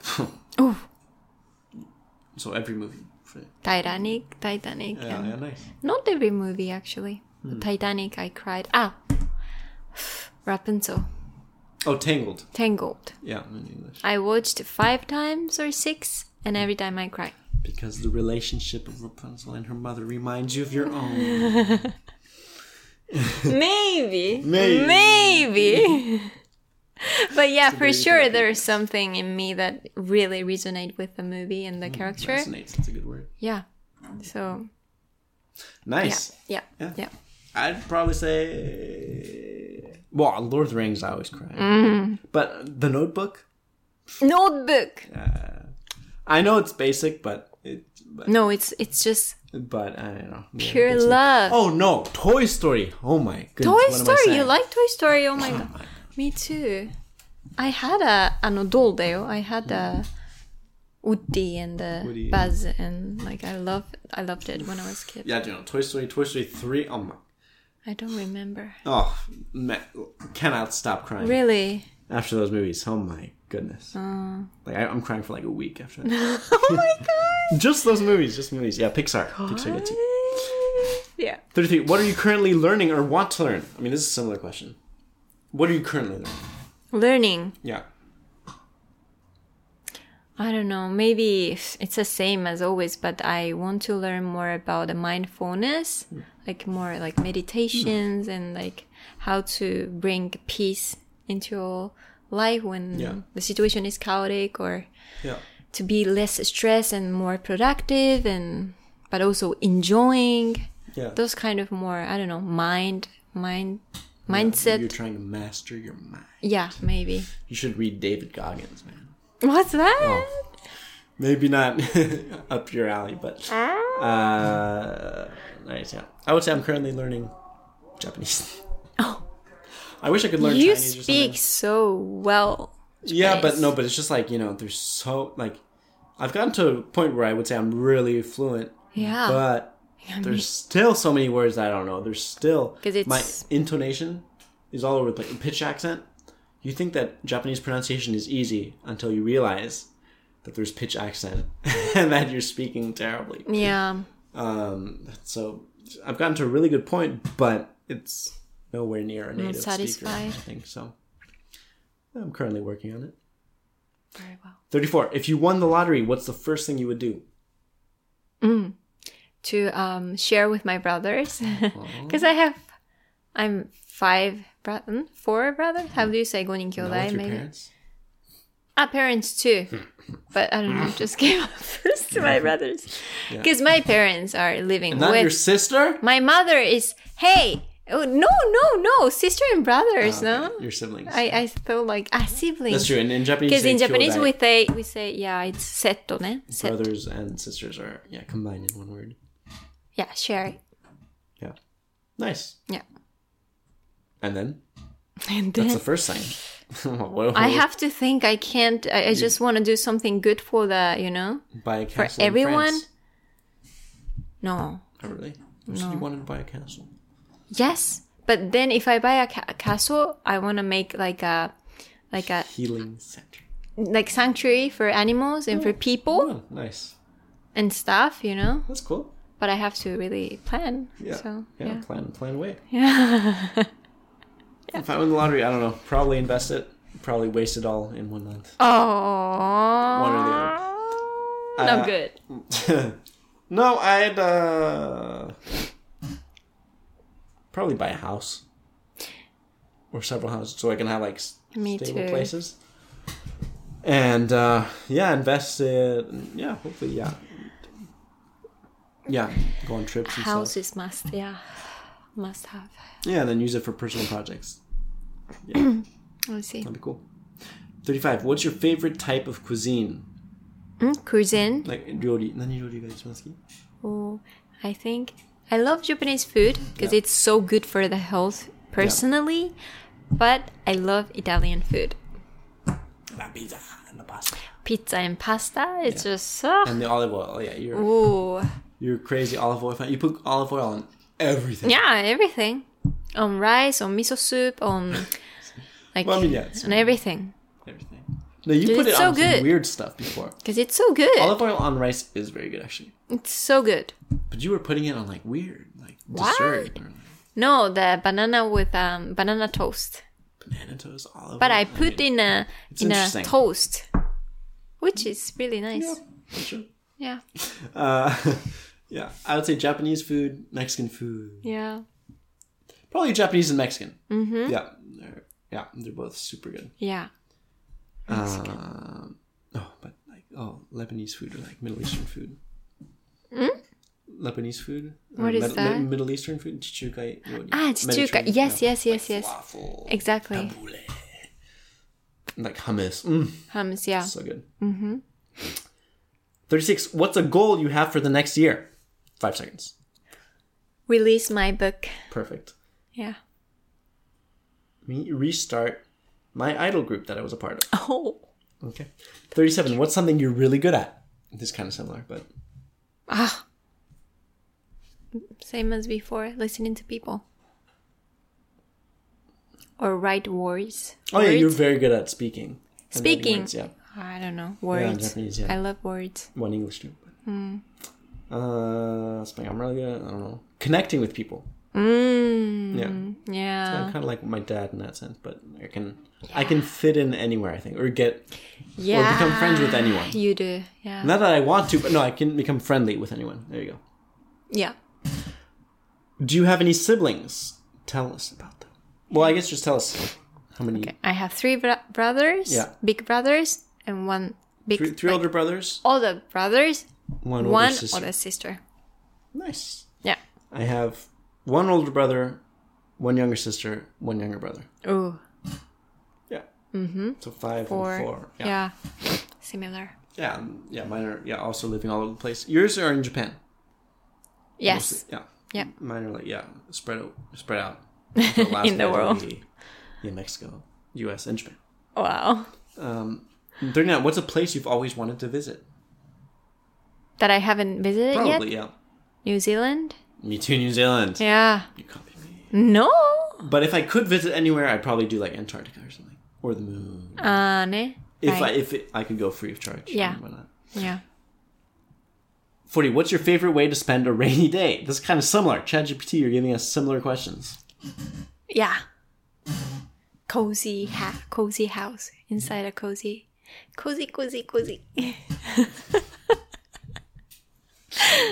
Speaker 1: Ooh.
Speaker 2: so every movie. For,
Speaker 1: Titanic, Titanic.
Speaker 2: yeah, Hmm.
Speaker 1: and-
Speaker 2: uh, yeah, nice.
Speaker 1: Not every movie actually. Titanic I cried. Ah. Rapunzel.
Speaker 2: Oh, Tangled.
Speaker 1: Tangled.
Speaker 2: Yeah, in English.
Speaker 1: I watched five times or six and every time I cry.
Speaker 2: Because the relationship of Rapunzel and her mother reminds you of your own.
Speaker 1: Maybe.
Speaker 2: Maybe.
Speaker 1: Maybe. but yeah, for
Speaker 2: very
Speaker 1: sure
Speaker 2: good
Speaker 1: there is something in me that really resonate with the movie and the character.
Speaker 2: Resonates. Mm, That's a good word.
Speaker 1: Yeah. So
Speaker 2: Nice.
Speaker 1: yeah.
Speaker 2: Yeah.
Speaker 1: Yeah.
Speaker 2: I'd probably say Well, Lord of the Rings, I always cry.
Speaker 1: Mm-hmm.
Speaker 2: But The Notebook,
Speaker 1: Notebook.
Speaker 2: I know it's basic, but it, but,
Speaker 1: No, it's it's just
Speaker 2: but I don't know. Yeah,
Speaker 1: pure
Speaker 2: it's-
Speaker 1: love.
Speaker 2: Oh no, Toy Story. Oh my goodness.
Speaker 1: Toy
Speaker 2: what am I
Speaker 1: Story. You
Speaker 2: saying?
Speaker 1: like Toy Story? Oh my god. Me too. I had a an adult day. I had a Woody and the
Speaker 2: Woody.
Speaker 1: Buzz and like I love I loved it when I was a kid.
Speaker 2: Yeah, you know, Toy Story, Toy Story three. Oh my.
Speaker 1: I don't remember.
Speaker 2: Oh, man, cannot stop crying
Speaker 1: Really? Uh.
Speaker 2: after those movies. Oh my goodness. Like I, I'm crying for like a week after. that.
Speaker 1: oh my god.
Speaker 2: just those movies, just movies. Yeah, Pixar. Pixar gets you.
Speaker 1: yeah.
Speaker 2: Thirty-three. What are you currently learning or want to learn? I mean, this is a similar question. What are you currently learning?
Speaker 1: Learning.
Speaker 2: Yeah.
Speaker 1: I don't know. Maybe it's the same as always, but I want to learn more about the mindfulness, like more like meditations and like how to bring peace into your life when
Speaker 2: Yeah.
Speaker 1: the situation is chaotic or
Speaker 2: Yeah.
Speaker 1: to be less stressed and more productive and but also enjoying
Speaker 2: Yeah.
Speaker 1: those kind of more I don't know mind mind
Speaker 2: You're
Speaker 1: mindset.
Speaker 2: trying to master your mind.
Speaker 1: Yeah, maybe.
Speaker 2: You should read David Goggins, man.
Speaker 1: What's that?
Speaker 2: Maybe not up your alley, but
Speaker 1: Ah.
Speaker 2: uh, nice. Yeah, I would say I'm currently learning Japanese.
Speaker 1: Oh.
Speaker 2: I wish I could learn
Speaker 1: you
Speaker 2: Chinese or something.
Speaker 1: speak so well.
Speaker 2: Yeah, but
Speaker 1: Nice.
Speaker 2: no, but it's just like you know, there's so like, I've gotten to a point where I would say I'm really fluent,
Speaker 1: Yeah.
Speaker 2: but there's still so many words that I don't know. There's still
Speaker 1: 'Cause it's-
Speaker 2: my intonation is all over the place. Pitch accent. You think that Japanese pronunciation is easy until you realize that there's pitch accent and that you're speaking terribly.
Speaker 1: Yeah.
Speaker 2: Um, so I've gotten to a really good point, but it's nowhere near a native speaker. I
Speaker 1: satisfied.
Speaker 2: think so. I'm currently working on it.
Speaker 1: Very well.
Speaker 2: 34. If you won the lottery, what's the first thing you would do?
Speaker 1: To um, share with my brothers, because I have, I'm five bro- mm, four brothers. How do you say "gonin
Speaker 2: Not with
Speaker 1: kyodai"?
Speaker 2: your
Speaker 1: Maybe
Speaker 2: parents?
Speaker 1: ah, parents too, but I don't know. Just give up first to my brothers, because my parents are living
Speaker 2: Not
Speaker 1: with
Speaker 2: your sister?
Speaker 1: my mother. Is hey, oh, no, no, no, sister and
Speaker 2: Ah,
Speaker 1: brothers, no.
Speaker 2: Your siblings.
Speaker 1: I, I thought like ah siblings.
Speaker 2: That's true. And in Japanese,
Speaker 1: Because
Speaker 2: they
Speaker 1: in
Speaker 2: kill
Speaker 1: Japanese
Speaker 2: that.
Speaker 1: we say we say yeah it's setto ne set
Speaker 2: brothers and sisters are yeah combined in one word.
Speaker 1: yeah share
Speaker 2: Yeah. Nice.
Speaker 1: yeah
Speaker 2: And then
Speaker 1: and then
Speaker 2: that's the first thing. What-
Speaker 1: I have to think. I can't. I, I just want to do something good for the, you know.
Speaker 2: buy a castle in
Speaker 1: everyone?
Speaker 2: France.
Speaker 1: No.
Speaker 2: Oh, really? You said you wanted to buy a castle.
Speaker 1: Yes, but then if I buy a, ca- a castle, I want to make like a, like a
Speaker 2: Healing center.
Speaker 1: like sanctuary for animals and for people
Speaker 2: Oh, nice.
Speaker 1: and stuff, you know.
Speaker 2: That's cool.
Speaker 1: But I have to really plan.
Speaker 2: Yeah.
Speaker 1: So
Speaker 2: yeah,
Speaker 1: yeah.
Speaker 2: Plan plan away.
Speaker 1: Yeah.
Speaker 2: If I win the lottery, I don't know. Probably invest it. Probably waste it all in one month.
Speaker 1: Oh.
Speaker 2: the other.
Speaker 1: Not
Speaker 2: Uh,
Speaker 1: good.
Speaker 2: no, I'd uh, probably buy a house or several houses so I can have like s-
Speaker 1: Me
Speaker 2: stable
Speaker 1: too.
Speaker 2: places. And uh, yeah, invest it. and, Yeah, hopefully, yeah, yeah, go on trips and
Speaker 1: House
Speaker 2: stuff.
Speaker 1: is must. Yeah. Must have.
Speaker 2: Yeah, and then use it for personal projects.
Speaker 1: I see.
Speaker 2: That'd be cool. Thirty-five. What's your favorite type of cuisine?
Speaker 1: Mm, cuisine.
Speaker 2: Like ryori. 何料理が一番好き?
Speaker 1: Oh, I think I love Japanese food because
Speaker 2: Yeah.
Speaker 1: it's so good for the health personally, but I love Italian food.
Speaker 2: La pizza and the pasta
Speaker 1: Pizza and pasta, it's just so.
Speaker 2: and the olive oil. Yeah, you're
Speaker 1: Ooh.
Speaker 2: You're a crazy olive oil fan. You put olive oil on everything.
Speaker 1: Yeah, everything. On rice, on miso soup, on like
Speaker 2: Well, I mean, yeah, it's-
Speaker 1: on everything.
Speaker 2: Everything. No, you put it
Speaker 1: it's so
Speaker 2: on some
Speaker 1: good.
Speaker 2: weird stuff before.
Speaker 1: Because it's so good.
Speaker 2: Olive oil on rice is very good actually.
Speaker 1: It's so good.
Speaker 2: But you were putting it on like weird, like
Speaker 1: What?
Speaker 2: dessert or like,
Speaker 1: No, the banana with um, banana toast.
Speaker 2: banana toast, olive
Speaker 1: But
Speaker 2: oil.
Speaker 1: I put in a
Speaker 2: it's
Speaker 1: in a
Speaker 2: interesting.
Speaker 1: toast, which is really nice.
Speaker 2: Yeah, for sure.
Speaker 1: Yeah.
Speaker 2: Uh, yeah, I would say Japanese food, Mexican food,
Speaker 1: Yeah.
Speaker 2: probably Japanese and Mexican. Mm-hmm. Yeah, they're, yeah, they're both super good.
Speaker 1: Yeah.
Speaker 2: Um, oh, but like oh, Lebanese food or like Middle Eastern food. Lebanese food. or
Speaker 1: Mm? What is
Speaker 2: Mid-
Speaker 1: that?
Speaker 2: Mid- Middle Eastern food. Chichukai.
Speaker 1: Ah, it's chuka. Yes, yes, yes, yes. Exactly.
Speaker 2: Like hummus. Mm,
Speaker 1: Hummus, yeah.
Speaker 2: so good. Mm-hmm. 36. What's a goal you have for the next year? Five seconds.
Speaker 1: Release my book.
Speaker 2: Perfect.
Speaker 1: Yeah.
Speaker 2: Me restart my idol group that I was a part of.
Speaker 1: Oh.
Speaker 2: Okay. 37. What's something you're really good at? This is kind of similar, but
Speaker 1: Ah. Same as before, listening to people. Or write words.
Speaker 2: Oh yeah, you're
Speaker 1: Words?
Speaker 2: very good at speaking. and writing
Speaker 1: Speaking.
Speaker 2: words, yeah,
Speaker 1: I don't know. Words.
Speaker 2: Japanese, yeah.
Speaker 1: I love words.
Speaker 2: one English too. but-
Speaker 1: Hmm.
Speaker 2: Uh, something I'm really good at. I don't know. Connecting with people.
Speaker 1: Mm.
Speaker 2: Yeah, I'm
Speaker 1: Yeah.
Speaker 2: kind of like my dad in that sense, but I can I can fit in anywhere I think, or get
Speaker 1: Yeah.
Speaker 2: or become friends with anyone.
Speaker 1: You do. Yeah.
Speaker 2: Not that I want to, but no, I can become friendly with anyone. There you go.
Speaker 1: Yeah.
Speaker 2: Do you have any siblings? Tell us about them. Well, I guess just tell us how many.
Speaker 1: I have three bro- brothers.
Speaker 2: Yeah.
Speaker 1: Big brothers and one big
Speaker 2: Three, three
Speaker 1: like,
Speaker 2: older brothers,
Speaker 1: older brothers,
Speaker 2: one older
Speaker 1: one
Speaker 2: sister.
Speaker 1: older sister.
Speaker 2: Nice.
Speaker 1: Yeah.
Speaker 2: I have one older brother, one younger sister, one younger brother.
Speaker 1: Ooh.
Speaker 2: Yeah. Mm-hmm. So five
Speaker 1: Or
Speaker 2: and four. Yeah.
Speaker 1: yeah. Similar.
Speaker 2: yeah. um, Yeah. Mine are yeah also living all over the place. Yours are in Japan.
Speaker 1: Yes.
Speaker 2: mostly. Yeah.
Speaker 1: Yeah.
Speaker 2: Mine are like yeah spread out spread out The last
Speaker 1: In the
Speaker 2: one's
Speaker 1: world.
Speaker 2: be In Mexico, U.S. and Japan.
Speaker 1: Wow.
Speaker 2: Um, Thirty-nine. What's a place you've always wanted to visit?
Speaker 1: That I haven't visited yet.
Speaker 2: Probably yeah.
Speaker 1: New Zealand?
Speaker 2: Me too, New Zealand.
Speaker 1: Yeah.
Speaker 2: You copy me.
Speaker 1: No.
Speaker 2: But if I could visit anywhere, I'd probably do like Antarctica or something, or the moon.
Speaker 1: Uh, ne?
Speaker 2: If I
Speaker 1: Right.
Speaker 2: if it, I could go free of charge.
Speaker 1: Yeah.
Speaker 2: Why not?
Speaker 1: Yeah.
Speaker 2: 40. What's your favorite way to spend a rainy day? This is kind of similar. ChatGPT, you're giving us similar questions.
Speaker 1: Yeah. Cozy ha- cozy house inside a cozy, cozy, cozy, cozy.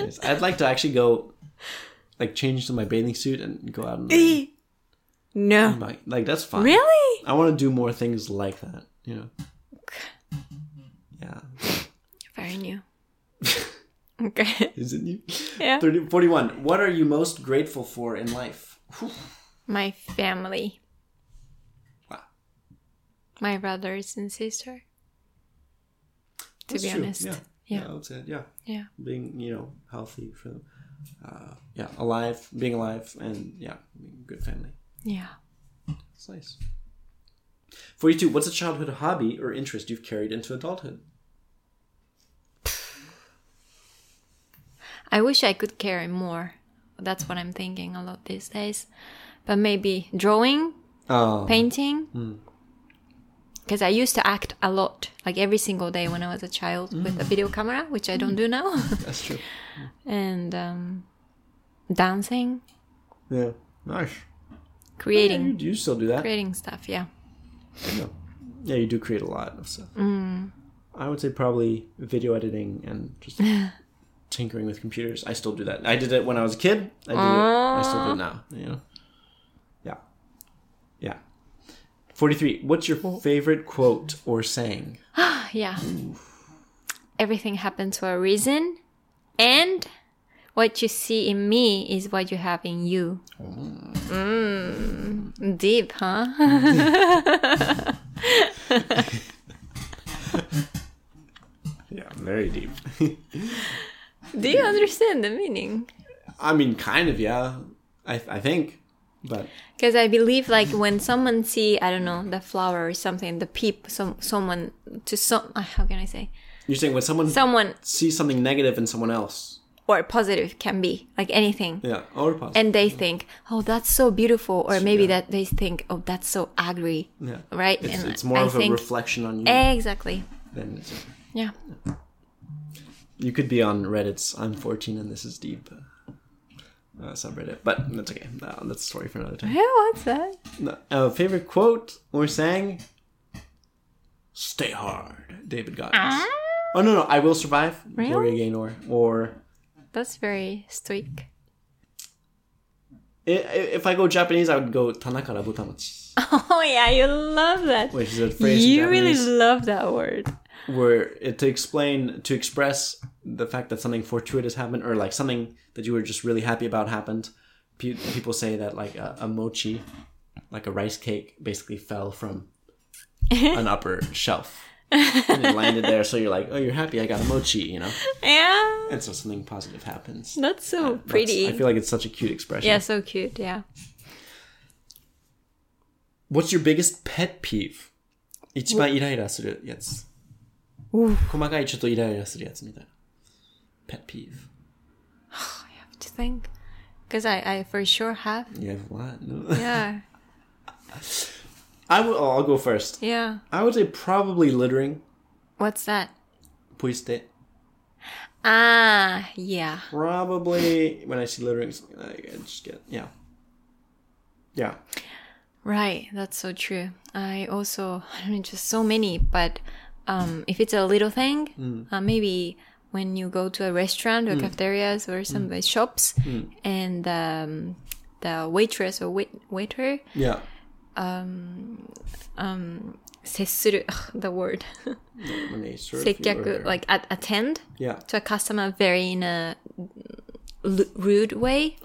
Speaker 2: Yes, I'd like to actually go, like, change to my bathing suit and go out and
Speaker 1: no.
Speaker 2: like, like that's fine.
Speaker 1: Really?
Speaker 2: I want to do more things like that. You know. Yeah.
Speaker 1: Very new. okay.
Speaker 2: Isn't you?
Speaker 1: Yeah.
Speaker 2: 30, 41. What are you most grateful for in life? Whew.
Speaker 1: My family,
Speaker 2: Wow.
Speaker 1: my brothers and sister. To
Speaker 2: That's
Speaker 1: be
Speaker 2: true.
Speaker 1: honest.
Speaker 2: Yeah.
Speaker 1: Yeah.
Speaker 2: That's it. Yeah.
Speaker 1: Yeah.
Speaker 2: Being you know healthy for them. Uh, yeah, alive, being alive, and yeah, good family.
Speaker 1: Yeah.
Speaker 2: That's nice. 42. What's a childhood hobby or interest you've carried into adulthood?
Speaker 1: I wish I could carry more. That's what I'm thinking a lot these days. But maybe drawing,
Speaker 2: Oh.
Speaker 1: painting. Because I used to act a lot, like every single day when I was a child with a video camera, which I don't do now.
Speaker 2: That's true.
Speaker 1: and um, dancing,
Speaker 2: Yeah. Nice. Yeah, you,
Speaker 1: creating,
Speaker 2: do still do that.
Speaker 1: creating stuff. Yeah.
Speaker 2: Yeah. yeah, you do create a lot of stuff. Mm. I would say probably video editing and just tinkering with computers. I still do that. I did it when I was a kid. I do it. I still
Speaker 1: Ah.
Speaker 2: do it now. You know? Yeah. Yeah. 43. What's your favorite quote or saying?
Speaker 1: Yeah. Everything happens for a reason. And what you see in me is what you have in you. Mm. Deep, huh?
Speaker 2: Yeah, very deep.
Speaker 1: Do you understand the meaning?
Speaker 2: I mean, kind of, yeah. I, I think. But
Speaker 1: Because I believe, like, when someone see, I don't know, the flower or something, the peep, some someone to some, uh, how can I say,
Speaker 2: you're saying when someone
Speaker 1: someone
Speaker 2: sees something negative in someone else.
Speaker 1: or positive can be like anything,
Speaker 2: Yeah, or positive.
Speaker 1: and they think, oh, that's so beautiful, or maybe
Speaker 2: yeah.
Speaker 1: that they think, oh, that's so ugly,
Speaker 2: yeah.
Speaker 1: right?
Speaker 2: It's,
Speaker 1: And
Speaker 2: it's more
Speaker 1: I
Speaker 2: of a
Speaker 1: think-
Speaker 2: reflection on you
Speaker 1: Exactly.
Speaker 2: than it's.
Speaker 1: Yeah.
Speaker 2: You could be on Reddit's I'm 14 and this is deep uh, uh, subreddit, but that's okay. Uh, that's a story for another time.
Speaker 1: Yeah, what's that?
Speaker 2: No, uh, favorite quote or saying? Stay hard, David Goggins.
Speaker 1: Ah.
Speaker 2: Oh, no, no, I Will Survive, Gloria Gaynor. Or
Speaker 1: That's very stoic.
Speaker 2: i- i- if I go Japanese, I would go Tanaka Rabutamachi,
Speaker 1: Oh yeah, you love that.
Speaker 2: which is a phrase in
Speaker 1: You really
Speaker 2: Japanese
Speaker 1: love that word.
Speaker 2: where it, to explain, to express the fact that something fortuitous happened or like something that you were just really happy about happened. Pe- people say that like a, a mochi, like a rice cake, basically fell from an upper shelf and it landed there. So you're like, oh, you're happy. I got a mochi, you know.
Speaker 1: Yeah.
Speaker 2: And so something positive happens.
Speaker 1: That's so
Speaker 2: That's-
Speaker 1: pretty.
Speaker 2: I feel like it's such a cute expression.
Speaker 1: yeah, so cute. Yeah.
Speaker 2: What's your biggest pet peeve? 一番イライラするやつ。細かいちょっとイライラするやつみたいな。Pet peeve.
Speaker 1: I have to think. Because I, I for sure have.
Speaker 2: You have what? No.
Speaker 1: Yeah.
Speaker 2: I will, I'll go first.
Speaker 1: Yeah.
Speaker 2: I would say probably littering.
Speaker 1: What's that?
Speaker 2: Puiste.
Speaker 1: Ah, yeah.
Speaker 2: Probably when I see littering, I just get, yeah. Yeah.
Speaker 1: Right, that's so true. I also, I mean, just so many, but um, if it's a little thing, uh, maybe when you go to a restaurant or cafeterias or some uh, shops and um, the waitress or wait- waiter,
Speaker 2: Yeah.
Speaker 1: 接する, ugh, the word,
Speaker 2: When they serve you
Speaker 1: 接客,
Speaker 2: or-
Speaker 1: like at- attend
Speaker 2: Yeah.
Speaker 1: to a customer very in a l- rude way.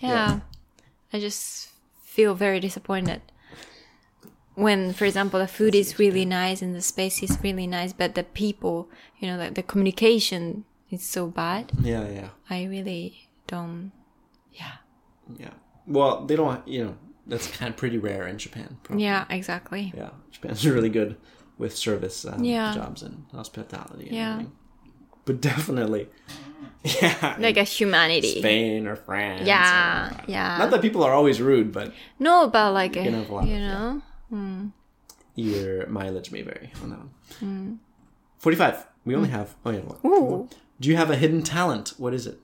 Speaker 1: yeah. I just feel very disappointed. When, for example, the food is really nice and the space is really nice, but the people, you know, like the communication is so bad.
Speaker 2: Yeah, yeah.
Speaker 1: I really don't. Yeah.
Speaker 2: Yeah. Well, they don't, you know, that's kind of pretty rare in Japan. Probably.
Speaker 1: Yeah, exactly.
Speaker 2: Yeah, Japan's really good with service um,
Speaker 1: Yeah.
Speaker 2: jobs and hospitality. And
Speaker 1: Yeah.
Speaker 2: everything. but definitely, yeah,
Speaker 1: Like a humanity.
Speaker 2: Spain or France. or-
Speaker 1: Yeah, yeah.
Speaker 2: not that people are always rude, but
Speaker 1: no, but like, you,
Speaker 2: can have a lot of-
Speaker 1: you know,
Speaker 2: your mileage may vary on that one.
Speaker 1: Hmm.
Speaker 2: Forty-five. We only have. Oh yeah. One.
Speaker 1: Ooh.
Speaker 2: Do you have a hidden talent? What is it?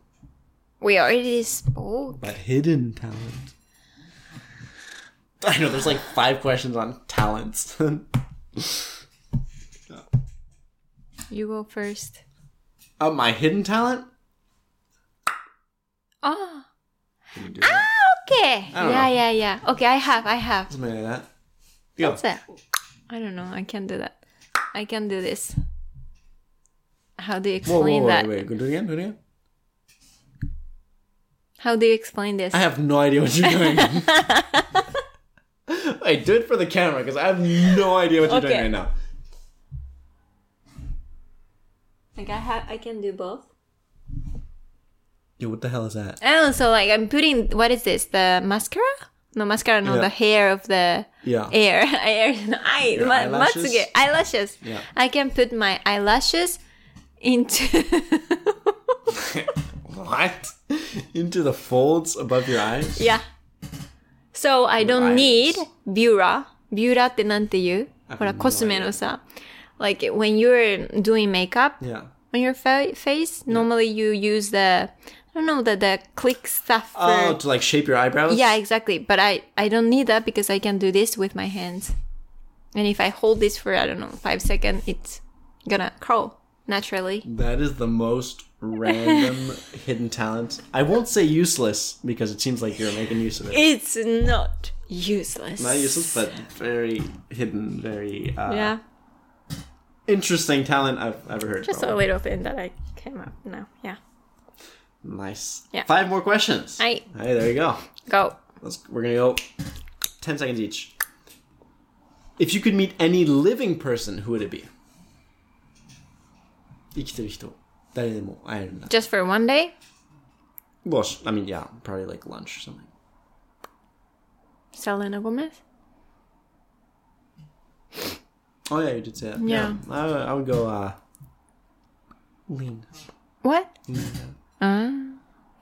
Speaker 1: we already spoke.
Speaker 2: But hidden talent. I know there's like five questions on talents.
Speaker 1: You go first.
Speaker 2: uh, my hidden talent.
Speaker 1: Oh,
Speaker 2: Can you do that?
Speaker 1: Ah, okay.
Speaker 2: don't
Speaker 1: Yeah, yeah, yeah. Okay, I have, I have.
Speaker 2: Something like that. Go.
Speaker 1: What's that? I don't know. I can't do that. I can't do this. How do you
Speaker 2: Whoa, whoa,
Speaker 1: explain
Speaker 2: whoa,
Speaker 1: that?
Speaker 2: wait, wait. Go do it again. Do it again.
Speaker 1: How do you explain this?
Speaker 2: I have no idea what you're doing. Wait, do it for the camera because I have no idea what you're doing
Speaker 1: Okay.
Speaker 2: right now.
Speaker 1: like I have, I can do both.
Speaker 2: Yo, what the hell is that?
Speaker 1: Oh, so like I'm putting what is this? The mascara? No mascara. No,
Speaker 2: Yeah.
Speaker 1: the hair of the
Speaker 2: Yeah.
Speaker 1: air. air. I
Speaker 2: Your
Speaker 1: ma-
Speaker 2: eyelashes?
Speaker 1: matsuge- eyelashes.
Speaker 2: Yeah.
Speaker 1: I can put my eyelashes into.
Speaker 2: What? Into the folds above your eyes?
Speaker 1: yeah. So I don't
Speaker 2: Your
Speaker 1: need
Speaker 2: eyes.
Speaker 1: Bura. Bura ってなんて言う
Speaker 2: あ
Speaker 1: ほら、
Speaker 2: no
Speaker 1: コスメのさ。Like when you're doing makeup
Speaker 2: Yeah.
Speaker 1: on your fa- face, normally you use the, I don't know, the, the click stuff. for-
Speaker 2: Oh, to like shape your eyebrows?
Speaker 1: Yeah, exactly. But I, I don't need that because I can do this with my hands. And if I hold this for, I don't know, five seconds, it's gonna curl naturally.
Speaker 2: That is the most random hidden talent. I won't say useless because it seems like you're making use of it.
Speaker 1: It's not useless.
Speaker 2: Not useless, but very hidden, very uh,
Speaker 1: Yeah,
Speaker 2: interesting talent I've ever heard.
Speaker 1: just
Speaker 2: probably.
Speaker 1: a little thing that I came up now. Yeah.
Speaker 2: Nice.
Speaker 1: Yeah.
Speaker 2: Five more questions.
Speaker 1: Aye.
Speaker 2: Hey, there you go.
Speaker 1: Go.
Speaker 2: Let's, we're gonna go 10 seconds each. If you could meet any living person, who would it be? 生きてる人。誰でも会えるんだ。
Speaker 1: Just for one day?
Speaker 2: Well, sh- I mean, yeah, probably like lunch or something.
Speaker 1: Selena Gomez?
Speaker 2: Oh, yeah, you did say that.
Speaker 1: Yeah.
Speaker 2: I, would- I would go, uh, lean.
Speaker 1: What? Uh,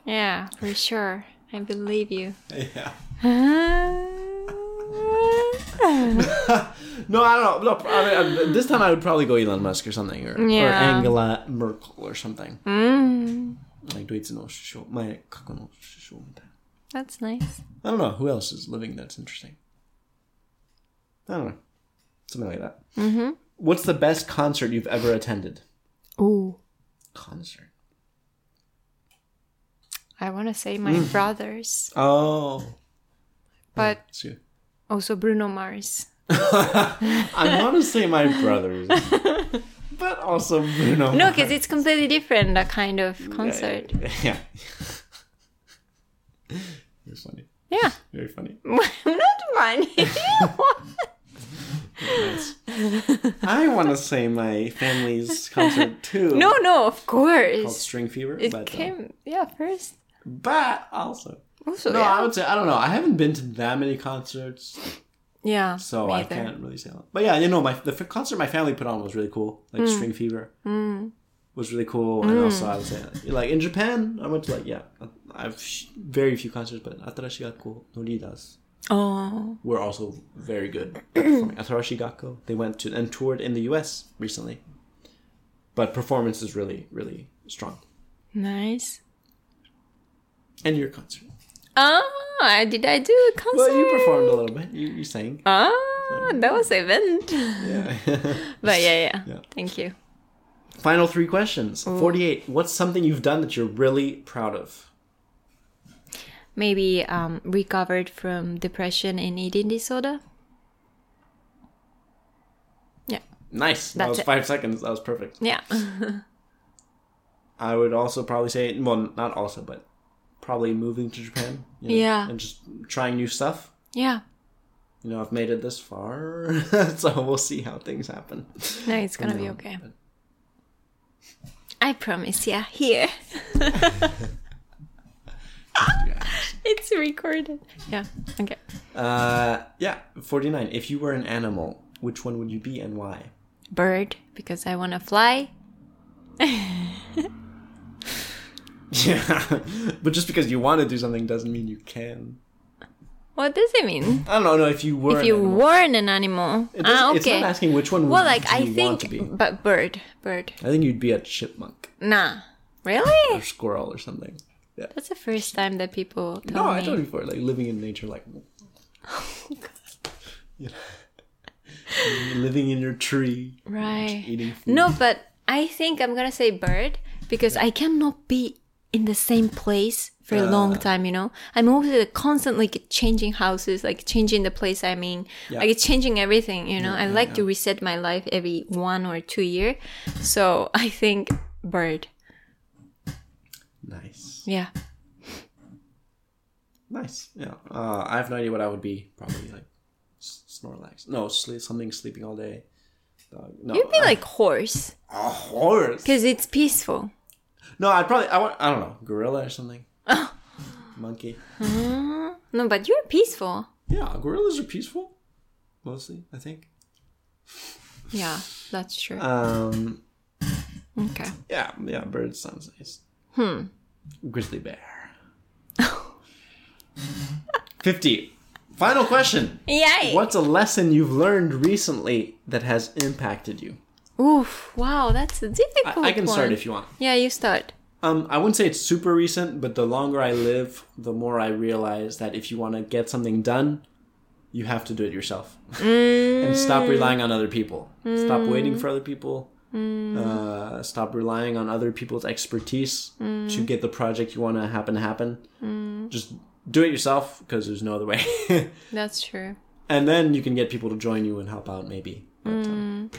Speaker 1: yeah, for sure. I believe you.
Speaker 2: Yeah.
Speaker 1: Uh. yeah,
Speaker 2: No, I don't know. No, I mean, uh, this time I would probably go Elon Musk or something, or, or
Speaker 1: Yeah.
Speaker 2: Angela Merkel or something.
Speaker 1: Mm,
Speaker 2: Like, ドイツの首相、前、過去の首相みたいな。
Speaker 1: that's nice.
Speaker 2: I don't know who else is living that's interesting. I don't know, something like that. Mm-hmm. What's the best concert you've ever attended?
Speaker 1: Ooh.
Speaker 2: Concert.
Speaker 1: I want to say my
Speaker 2: Mm.
Speaker 1: brothers,
Speaker 2: Oh,
Speaker 1: but
Speaker 2: it's you.
Speaker 1: also Bruno Mars.
Speaker 2: I want to say my brothers, but also Bruno.
Speaker 1: No, because it's completely different a kind of concert.
Speaker 2: Yeah. You're funny.
Speaker 1: Yeah.
Speaker 2: Very funny.
Speaker 1: Not funny.
Speaker 2: I want to say my family's concert too.
Speaker 1: no, no, of
Speaker 2: Called
Speaker 1: course.
Speaker 2: String Fever.
Speaker 1: It
Speaker 2: but, uh,
Speaker 1: came, yeah, first.
Speaker 2: but also.
Speaker 1: Also,
Speaker 2: No, I
Speaker 1: yeah.
Speaker 2: would say I don't know. I haven't been to that many concerts,
Speaker 1: yeah.
Speaker 2: so
Speaker 1: me
Speaker 2: I
Speaker 1: either.
Speaker 2: can't really say. a lot. But yeah, you know, my the f- concert my family put on was really cool. Like
Speaker 1: Mm.
Speaker 2: String Fever was really cool, and also I would say like, like, in Japan, I went to like yeah, I've sh- very few concerts, but Atarashigaku Noridas
Speaker 1: Oh,
Speaker 2: were also very good. performing. Atarashigaku they went to and toured in the U.S. recently, but performance is really really strong.
Speaker 1: nice.
Speaker 2: And your concert,
Speaker 1: Ah, did I do a concert?
Speaker 2: well, you performed a little bit. You you sang.
Speaker 1: Ah, that was event.
Speaker 2: Yeah.
Speaker 1: But yeah, yeah,
Speaker 2: Yeah.
Speaker 1: Thank you.
Speaker 2: Final three questions.
Speaker 1: Mm.
Speaker 2: 48. What's something you've done that you're really proud of?
Speaker 1: Maybe um, recovered from depression and eating disorder. Yeah,
Speaker 2: Nice. that
Speaker 1: That's
Speaker 2: was
Speaker 1: it.
Speaker 2: five seconds. That was perfect.
Speaker 1: yeah.
Speaker 2: I would also probably say, well, not also, but probably moving to Japan. you know,
Speaker 1: Yeah.
Speaker 2: And just trying new stuff.
Speaker 1: Yeah.
Speaker 2: You know, I've made it this far, so we'll see how things happen.
Speaker 1: No, it's gonna be okay. I promise, yeah, here. It's recorded. Yeah, okay.
Speaker 2: Uh, yeah, 49. If you were an animal, which one would you be and why?
Speaker 1: Bird, because I wanna fly.
Speaker 2: Yeah, but just because you want to do something doesn't mean you can.
Speaker 1: What does it mean?
Speaker 2: I don't know. No, if you were,
Speaker 1: If
Speaker 2: an
Speaker 1: you
Speaker 2: animal-
Speaker 1: weren't an animal.
Speaker 2: It doesn't-
Speaker 1: Ah,
Speaker 2: It's not
Speaker 1: okay.
Speaker 2: asking which one would
Speaker 1: Well, like,
Speaker 2: you
Speaker 1: I
Speaker 2: want to be.
Speaker 1: think, but bird, bird.
Speaker 2: I think you'd be a chipmunk
Speaker 1: Nah.
Speaker 2: or
Speaker 1: Really?
Speaker 2: squirrel or something. Yeah.
Speaker 1: That's the first time that people tell
Speaker 2: No,
Speaker 1: Oh, me.
Speaker 2: I told you before, like living in nature, like You know, living in your tree,
Speaker 1: Right.
Speaker 2: eating food.
Speaker 1: No, but I think I'm gonna say bird because I cannot be in the same place for a long time. You know, I'm always like, constantly like, changing houses, like changing the place I'm in, like it's changing everything. You know, I like to reset my life every one or two year, so I think bird.
Speaker 2: Nice,
Speaker 1: Yeah.
Speaker 2: nice. Yeah, uh, I have no idea what I would be. Probably like s- Snorlax. No, sleep, something sleeping all day. Dog. No,
Speaker 1: You'd be
Speaker 2: I-
Speaker 1: like horse
Speaker 2: a horse.
Speaker 1: because it's peaceful.
Speaker 2: No, I'd probably. I want. I don't know, gorilla or something.
Speaker 1: Oh.
Speaker 2: Monkey.
Speaker 1: No, but you're peaceful.
Speaker 2: Yeah, gorillas are peaceful, mostly. I think.
Speaker 1: Yeah, that's true.
Speaker 2: Um,
Speaker 1: Okay.
Speaker 2: Yeah, yeah, bird sounds nice. Hmm. Grizzly bear. 50. Final question.
Speaker 1: Yay!
Speaker 2: What's a lesson you've learned recently that has impacted you?
Speaker 1: Oof! Wow, that's a difficult
Speaker 2: I, I can
Speaker 1: one.
Speaker 2: start if you want.
Speaker 1: Yeah, you start.
Speaker 2: Um, I wouldn't say it's super recent, but the longer I live, the more I realize that if you want to get something done, you have to do it yourself.
Speaker 1: Mm.
Speaker 2: and stop relying on other people. Stop waiting for other people.
Speaker 1: Mm.
Speaker 2: Uh, stop relying on other people's expertise
Speaker 1: Mm.
Speaker 2: to get the project you want to happen to happen. Just do it yourself because there's no other way.
Speaker 1: That's true.
Speaker 2: and then you can get people to join you and help out, maybe. But, um,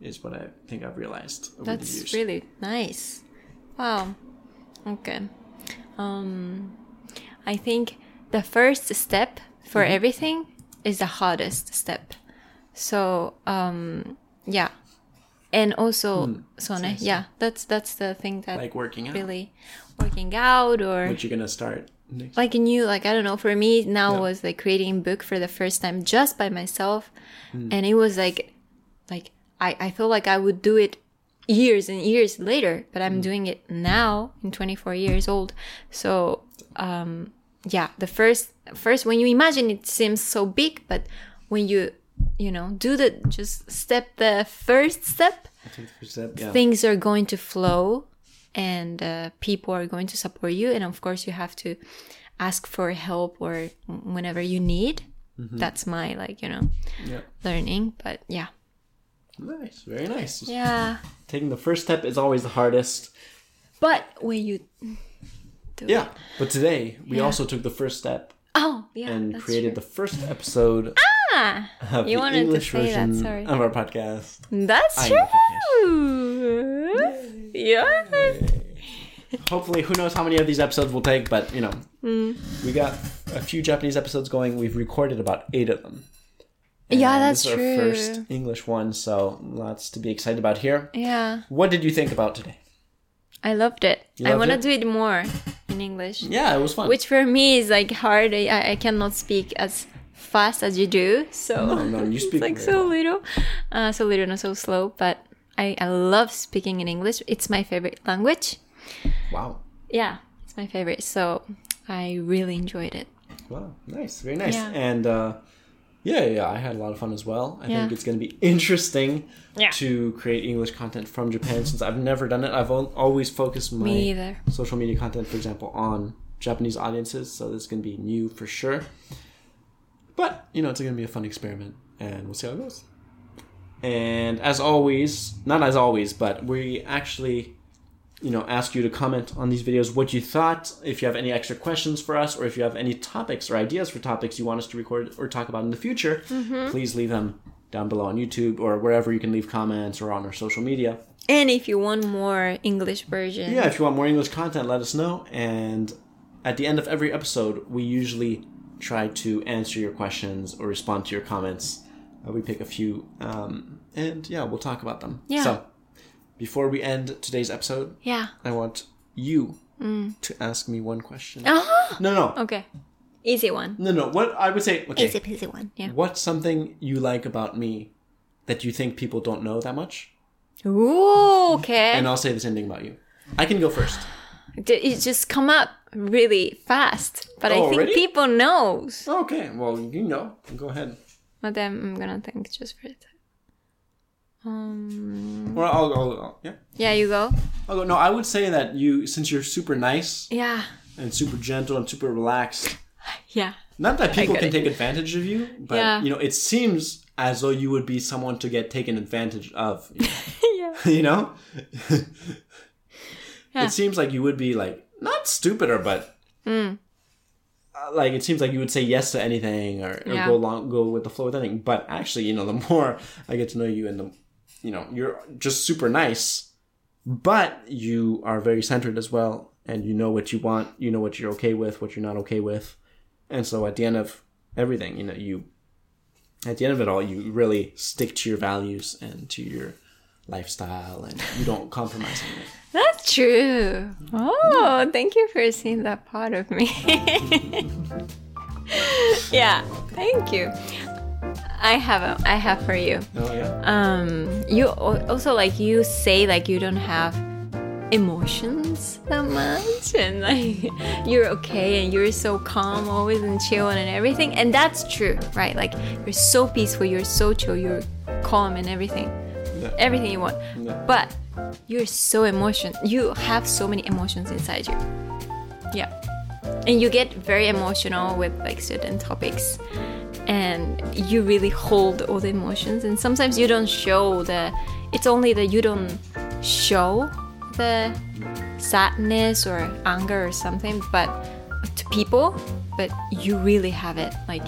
Speaker 2: is what I think I've realized. Over the
Speaker 1: Mm. That's
Speaker 2: years.
Speaker 1: really nice. Wow. Okay. Um, I think the first step for
Speaker 2: Mm-hmm.
Speaker 1: everything is the hardest step. So um, yeah, and also so ne, yeah, that's that's the thing that
Speaker 2: Hmm. like working out.
Speaker 1: really working out or
Speaker 2: What you gonna start next?
Speaker 1: like a new like i don't know for me now was like creating a book for the first time just by myself and it was like like I, I feel like i would do it years and years later but i'm doing it now in 24 years old so um yeah the first first when you imagine it seems so big but when you you know do the just step the first step
Speaker 2: Take the first step, yeah.
Speaker 1: things are going to flow and uh, people are going to support you and of course you have to ask for help or whenever you need
Speaker 2: Mm-hmm.
Speaker 1: that's my like you know
Speaker 2: Yeah.
Speaker 1: learning but yeah
Speaker 2: Nice, very nice.
Speaker 1: yeah
Speaker 2: Taking the first step is always the hardest.
Speaker 1: but when you
Speaker 2: Yeah, but today we also took the first step
Speaker 1: oh yeah
Speaker 2: and
Speaker 1: that's
Speaker 2: created the first episode
Speaker 1: ah,
Speaker 2: of
Speaker 1: you
Speaker 2: the
Speaker 1: wanted to
Speaker 2: English
Speaker 1: say that
Speaker 2: version
Speaker 1: sorry
Speaker 2: of our podcast.
Speaker 1: that's
Speaker 2: know,
Speaker 1: true
Speaker 2: hopefully, who knows how many of these episodes we'll take, but you know,
Speaker 1: Mm.
Speaker 2: we got a few Japanese episodes going. We've recorded about eight of them.
Speaker 1: Yeah,
Speaker 2: And
Speaker 1: that's
Speaker 2: this is
Speaker 1: true.
Speaker 2: Our first English one, so lots to be excited about here.
Speaker 1: Yeah,
Speaker 2: What did you think about today?
Speaker 1: I loved it. I
Speaker 2: loved
Speaker 1: want to
Speaker 2: it?
Speaker 1: do it more in English,
Speaker 2: Yeah, it was fun.
Speaker 1: which for me is like hard. I, I cannot speak as fast as you do, so
Speaker 2: No, no, you speak
Speaker 1: it's like
Speaker 2: very
Speaker 1: so
Speaker 2: well.
Speaker 1: little, uh, so little and so slow. But I, I love speaking in English. It's my favorite language.
Speaker 2: Wow.
Speaker 1: Yeah, it's my favorite. So I really enjoyed it.
Speaker 2: Wow, nice, very nice,
Speaker 1: Yeah.
Speaker 2: and uh, yeah, yeah, I had a lot of fun as well. I
Speaker 1: Yeah.
Speaker 2: think it's going to be interesting
Speaker 1: Yeah.
Speaker 2: to create English content from Japan since I've never done it. I've al- always focused my
Speaker 1: Me either.
Speaker 2: social media content, for example, on Japanese audiences, so this is going to be new for sure. But you know, it's going to be a fun experiment, and we'll see how it goes. And as always, not as always, but we actually you know ask you to comment on these videos what you thought if you have any extra questions for us or if you have any topics or ideas for topics you want us to record or talk about in the future please leave them down below on youtube or wherever you can leave comments or on our social media
Speaker 1: And if you want more English version,
Speaker 2: yeah if you want more english content let us know and at the end of every episode we usually try to answer your questions or respond to your comments uh, we pick a few um, and yeah we'll talk about them
Speaker 1: Yeah.
Speaker 2: so before we end today's episode
Speaker 1: yeah.
Speaker 2: I want you to ask me one question.
Speaker 1: Mm. Ah!
Speaker 2: No, no,
Speaker 1: Okay, easy one.
Speaker 2: no, no. What I would say, okay,
Speaker 1: Easy peasy one. Yeah.
Speaker 2: what's something you like about me that you think people don't know that much?
Speaker 1: Ooh, okay.
Speaker 2: And I'll say the same thing about you. I can go first.
Speaker 1: D- it just come up really fast but i
Speaker 2: Oh,
Speaker 1: think
Speaker 2: really?
Speaker 1: people knows
Speaker 2: Okay, well, you know, go ahead.
Speaker 1: but then i'm gonna think just for it um
Speaker 2: Well, I'll, I'll, I'll yeah,
Speaker 1: yeah you go
Speaker 2: I'll go. No, I would say that you, since you're super nice
Speaker 1: yeah
Speaker 2: and super gentle and super relaxed,
Speaker 1: yeah
Speaker 2: not that people
Speaker 1: got
Speaker 2: can
Speaker 1: it.
Speaker 2: take advantage of you, but
Speaker 1: Yeah.
Speaker 2: you know, it seems as though you would be someone to get taken advantage of.
Speaker 1: yeah
Speaker 2: you know
Speaker 1: Yeah.
Speaker 2: it seems like you would be like not stupider but uh, like it seems like you would say yes to anything or, or
Speaker 1: Yeah.
Speaker 2: go along go with the flow with anything but actually you know the more i get to know you and the you know you're just super nice but you are very centered as well and you know what you want you know what you're okay with what you're not okay with and so at the end of everything you know you at the end of it all you really stick to your values and to your lifestyle and you don't compromise on it.
Speaker 1: that's true oh thank you for seeing that part of me yeah thank you i have a i have for you
Speaker 2: Oh yeah.
Speaker 1: um you al- also like you say like you don't have emotions that much and like you're okay and you're so calm always and chill and everything and that's true right like you're so peaceful you're so chill you're calm and everything
Speaker 2: Yeah.
Speaker 1: everything you want
Speaker 2: Yeah.
Speaker 1: but you're so emotion you have so many emotions inside you yeah and you get very emotional with like certain topics and you really hold all the emotions and sometimes you don't show the it's only that you don't show the sadness or anger or something but to people but you really have it like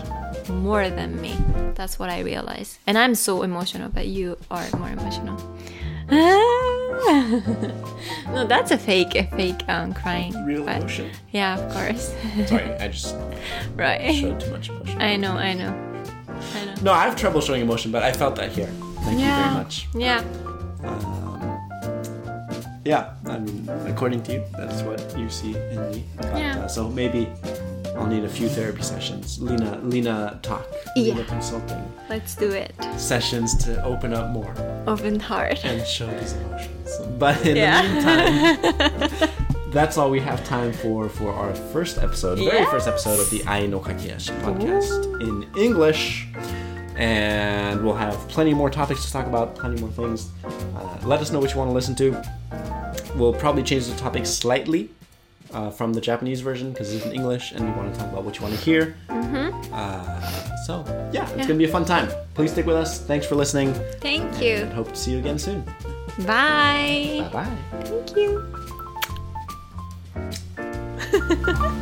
Speaker 1: more than me that's what i realize and i'm so emotional but you are more emotional no that's a fake a fake um crying
Speaker 2: Real
Speaker 1: but-
Speaker 2: emotion.
Speaker 1: yeah, of course.
Speaker 2: Sorry, I just
Speaker 1: right.
Speaker 2: showed too much emotion.
Speaker 1: I know, I know. I know.
Speaker 2: no, I have trouble showing emotion, but I felt that here. Thank you very
Speaker 1: Yeah.
Speaker 2: much.
Speaker 1: Yeah.
Speaker 2: Yeah, I mean, according to you, that's what you see in me. But,
Speaker 1: Yeah.
Speaker 2: uh, so maybe I'll need a few therapy sessions. Lena, Lena talk, Lena
Speaker 1: Yeah.
Speaker 2: consulting
Speaker 1: Let's do it.
Speaker 2: sessions to open up more
Speaker 1: Open heart.
Speaker 2: and show these emotions. But in
Speaker 1: Yeah.
Speaker 2: the meantime, that's all we have time for for our first episode, very
Speaker 1: Yes.
Speaker 2: first episode of the Ai no Kakiyashi podcast in English. And we'll have plenty more topics to talk about, plenty more things. Uh, let us know what you want to listen to. We'll probably change the topic slightly uh, from the Japanese version because it's in English and we want to talk about what you want to hear. Uh, so, yeah, it's
Speaker 1: Mm-hmm. Yeah.
Speaker 2: going to be a fun time. Please stick with us. Thanks for listening
Speaker 1: Thank you.
Speaker 2: and hope to see you again soon.
Speaker 1: Bye.
Speaker 2: Bye bye.
Speaker 1: Thank you.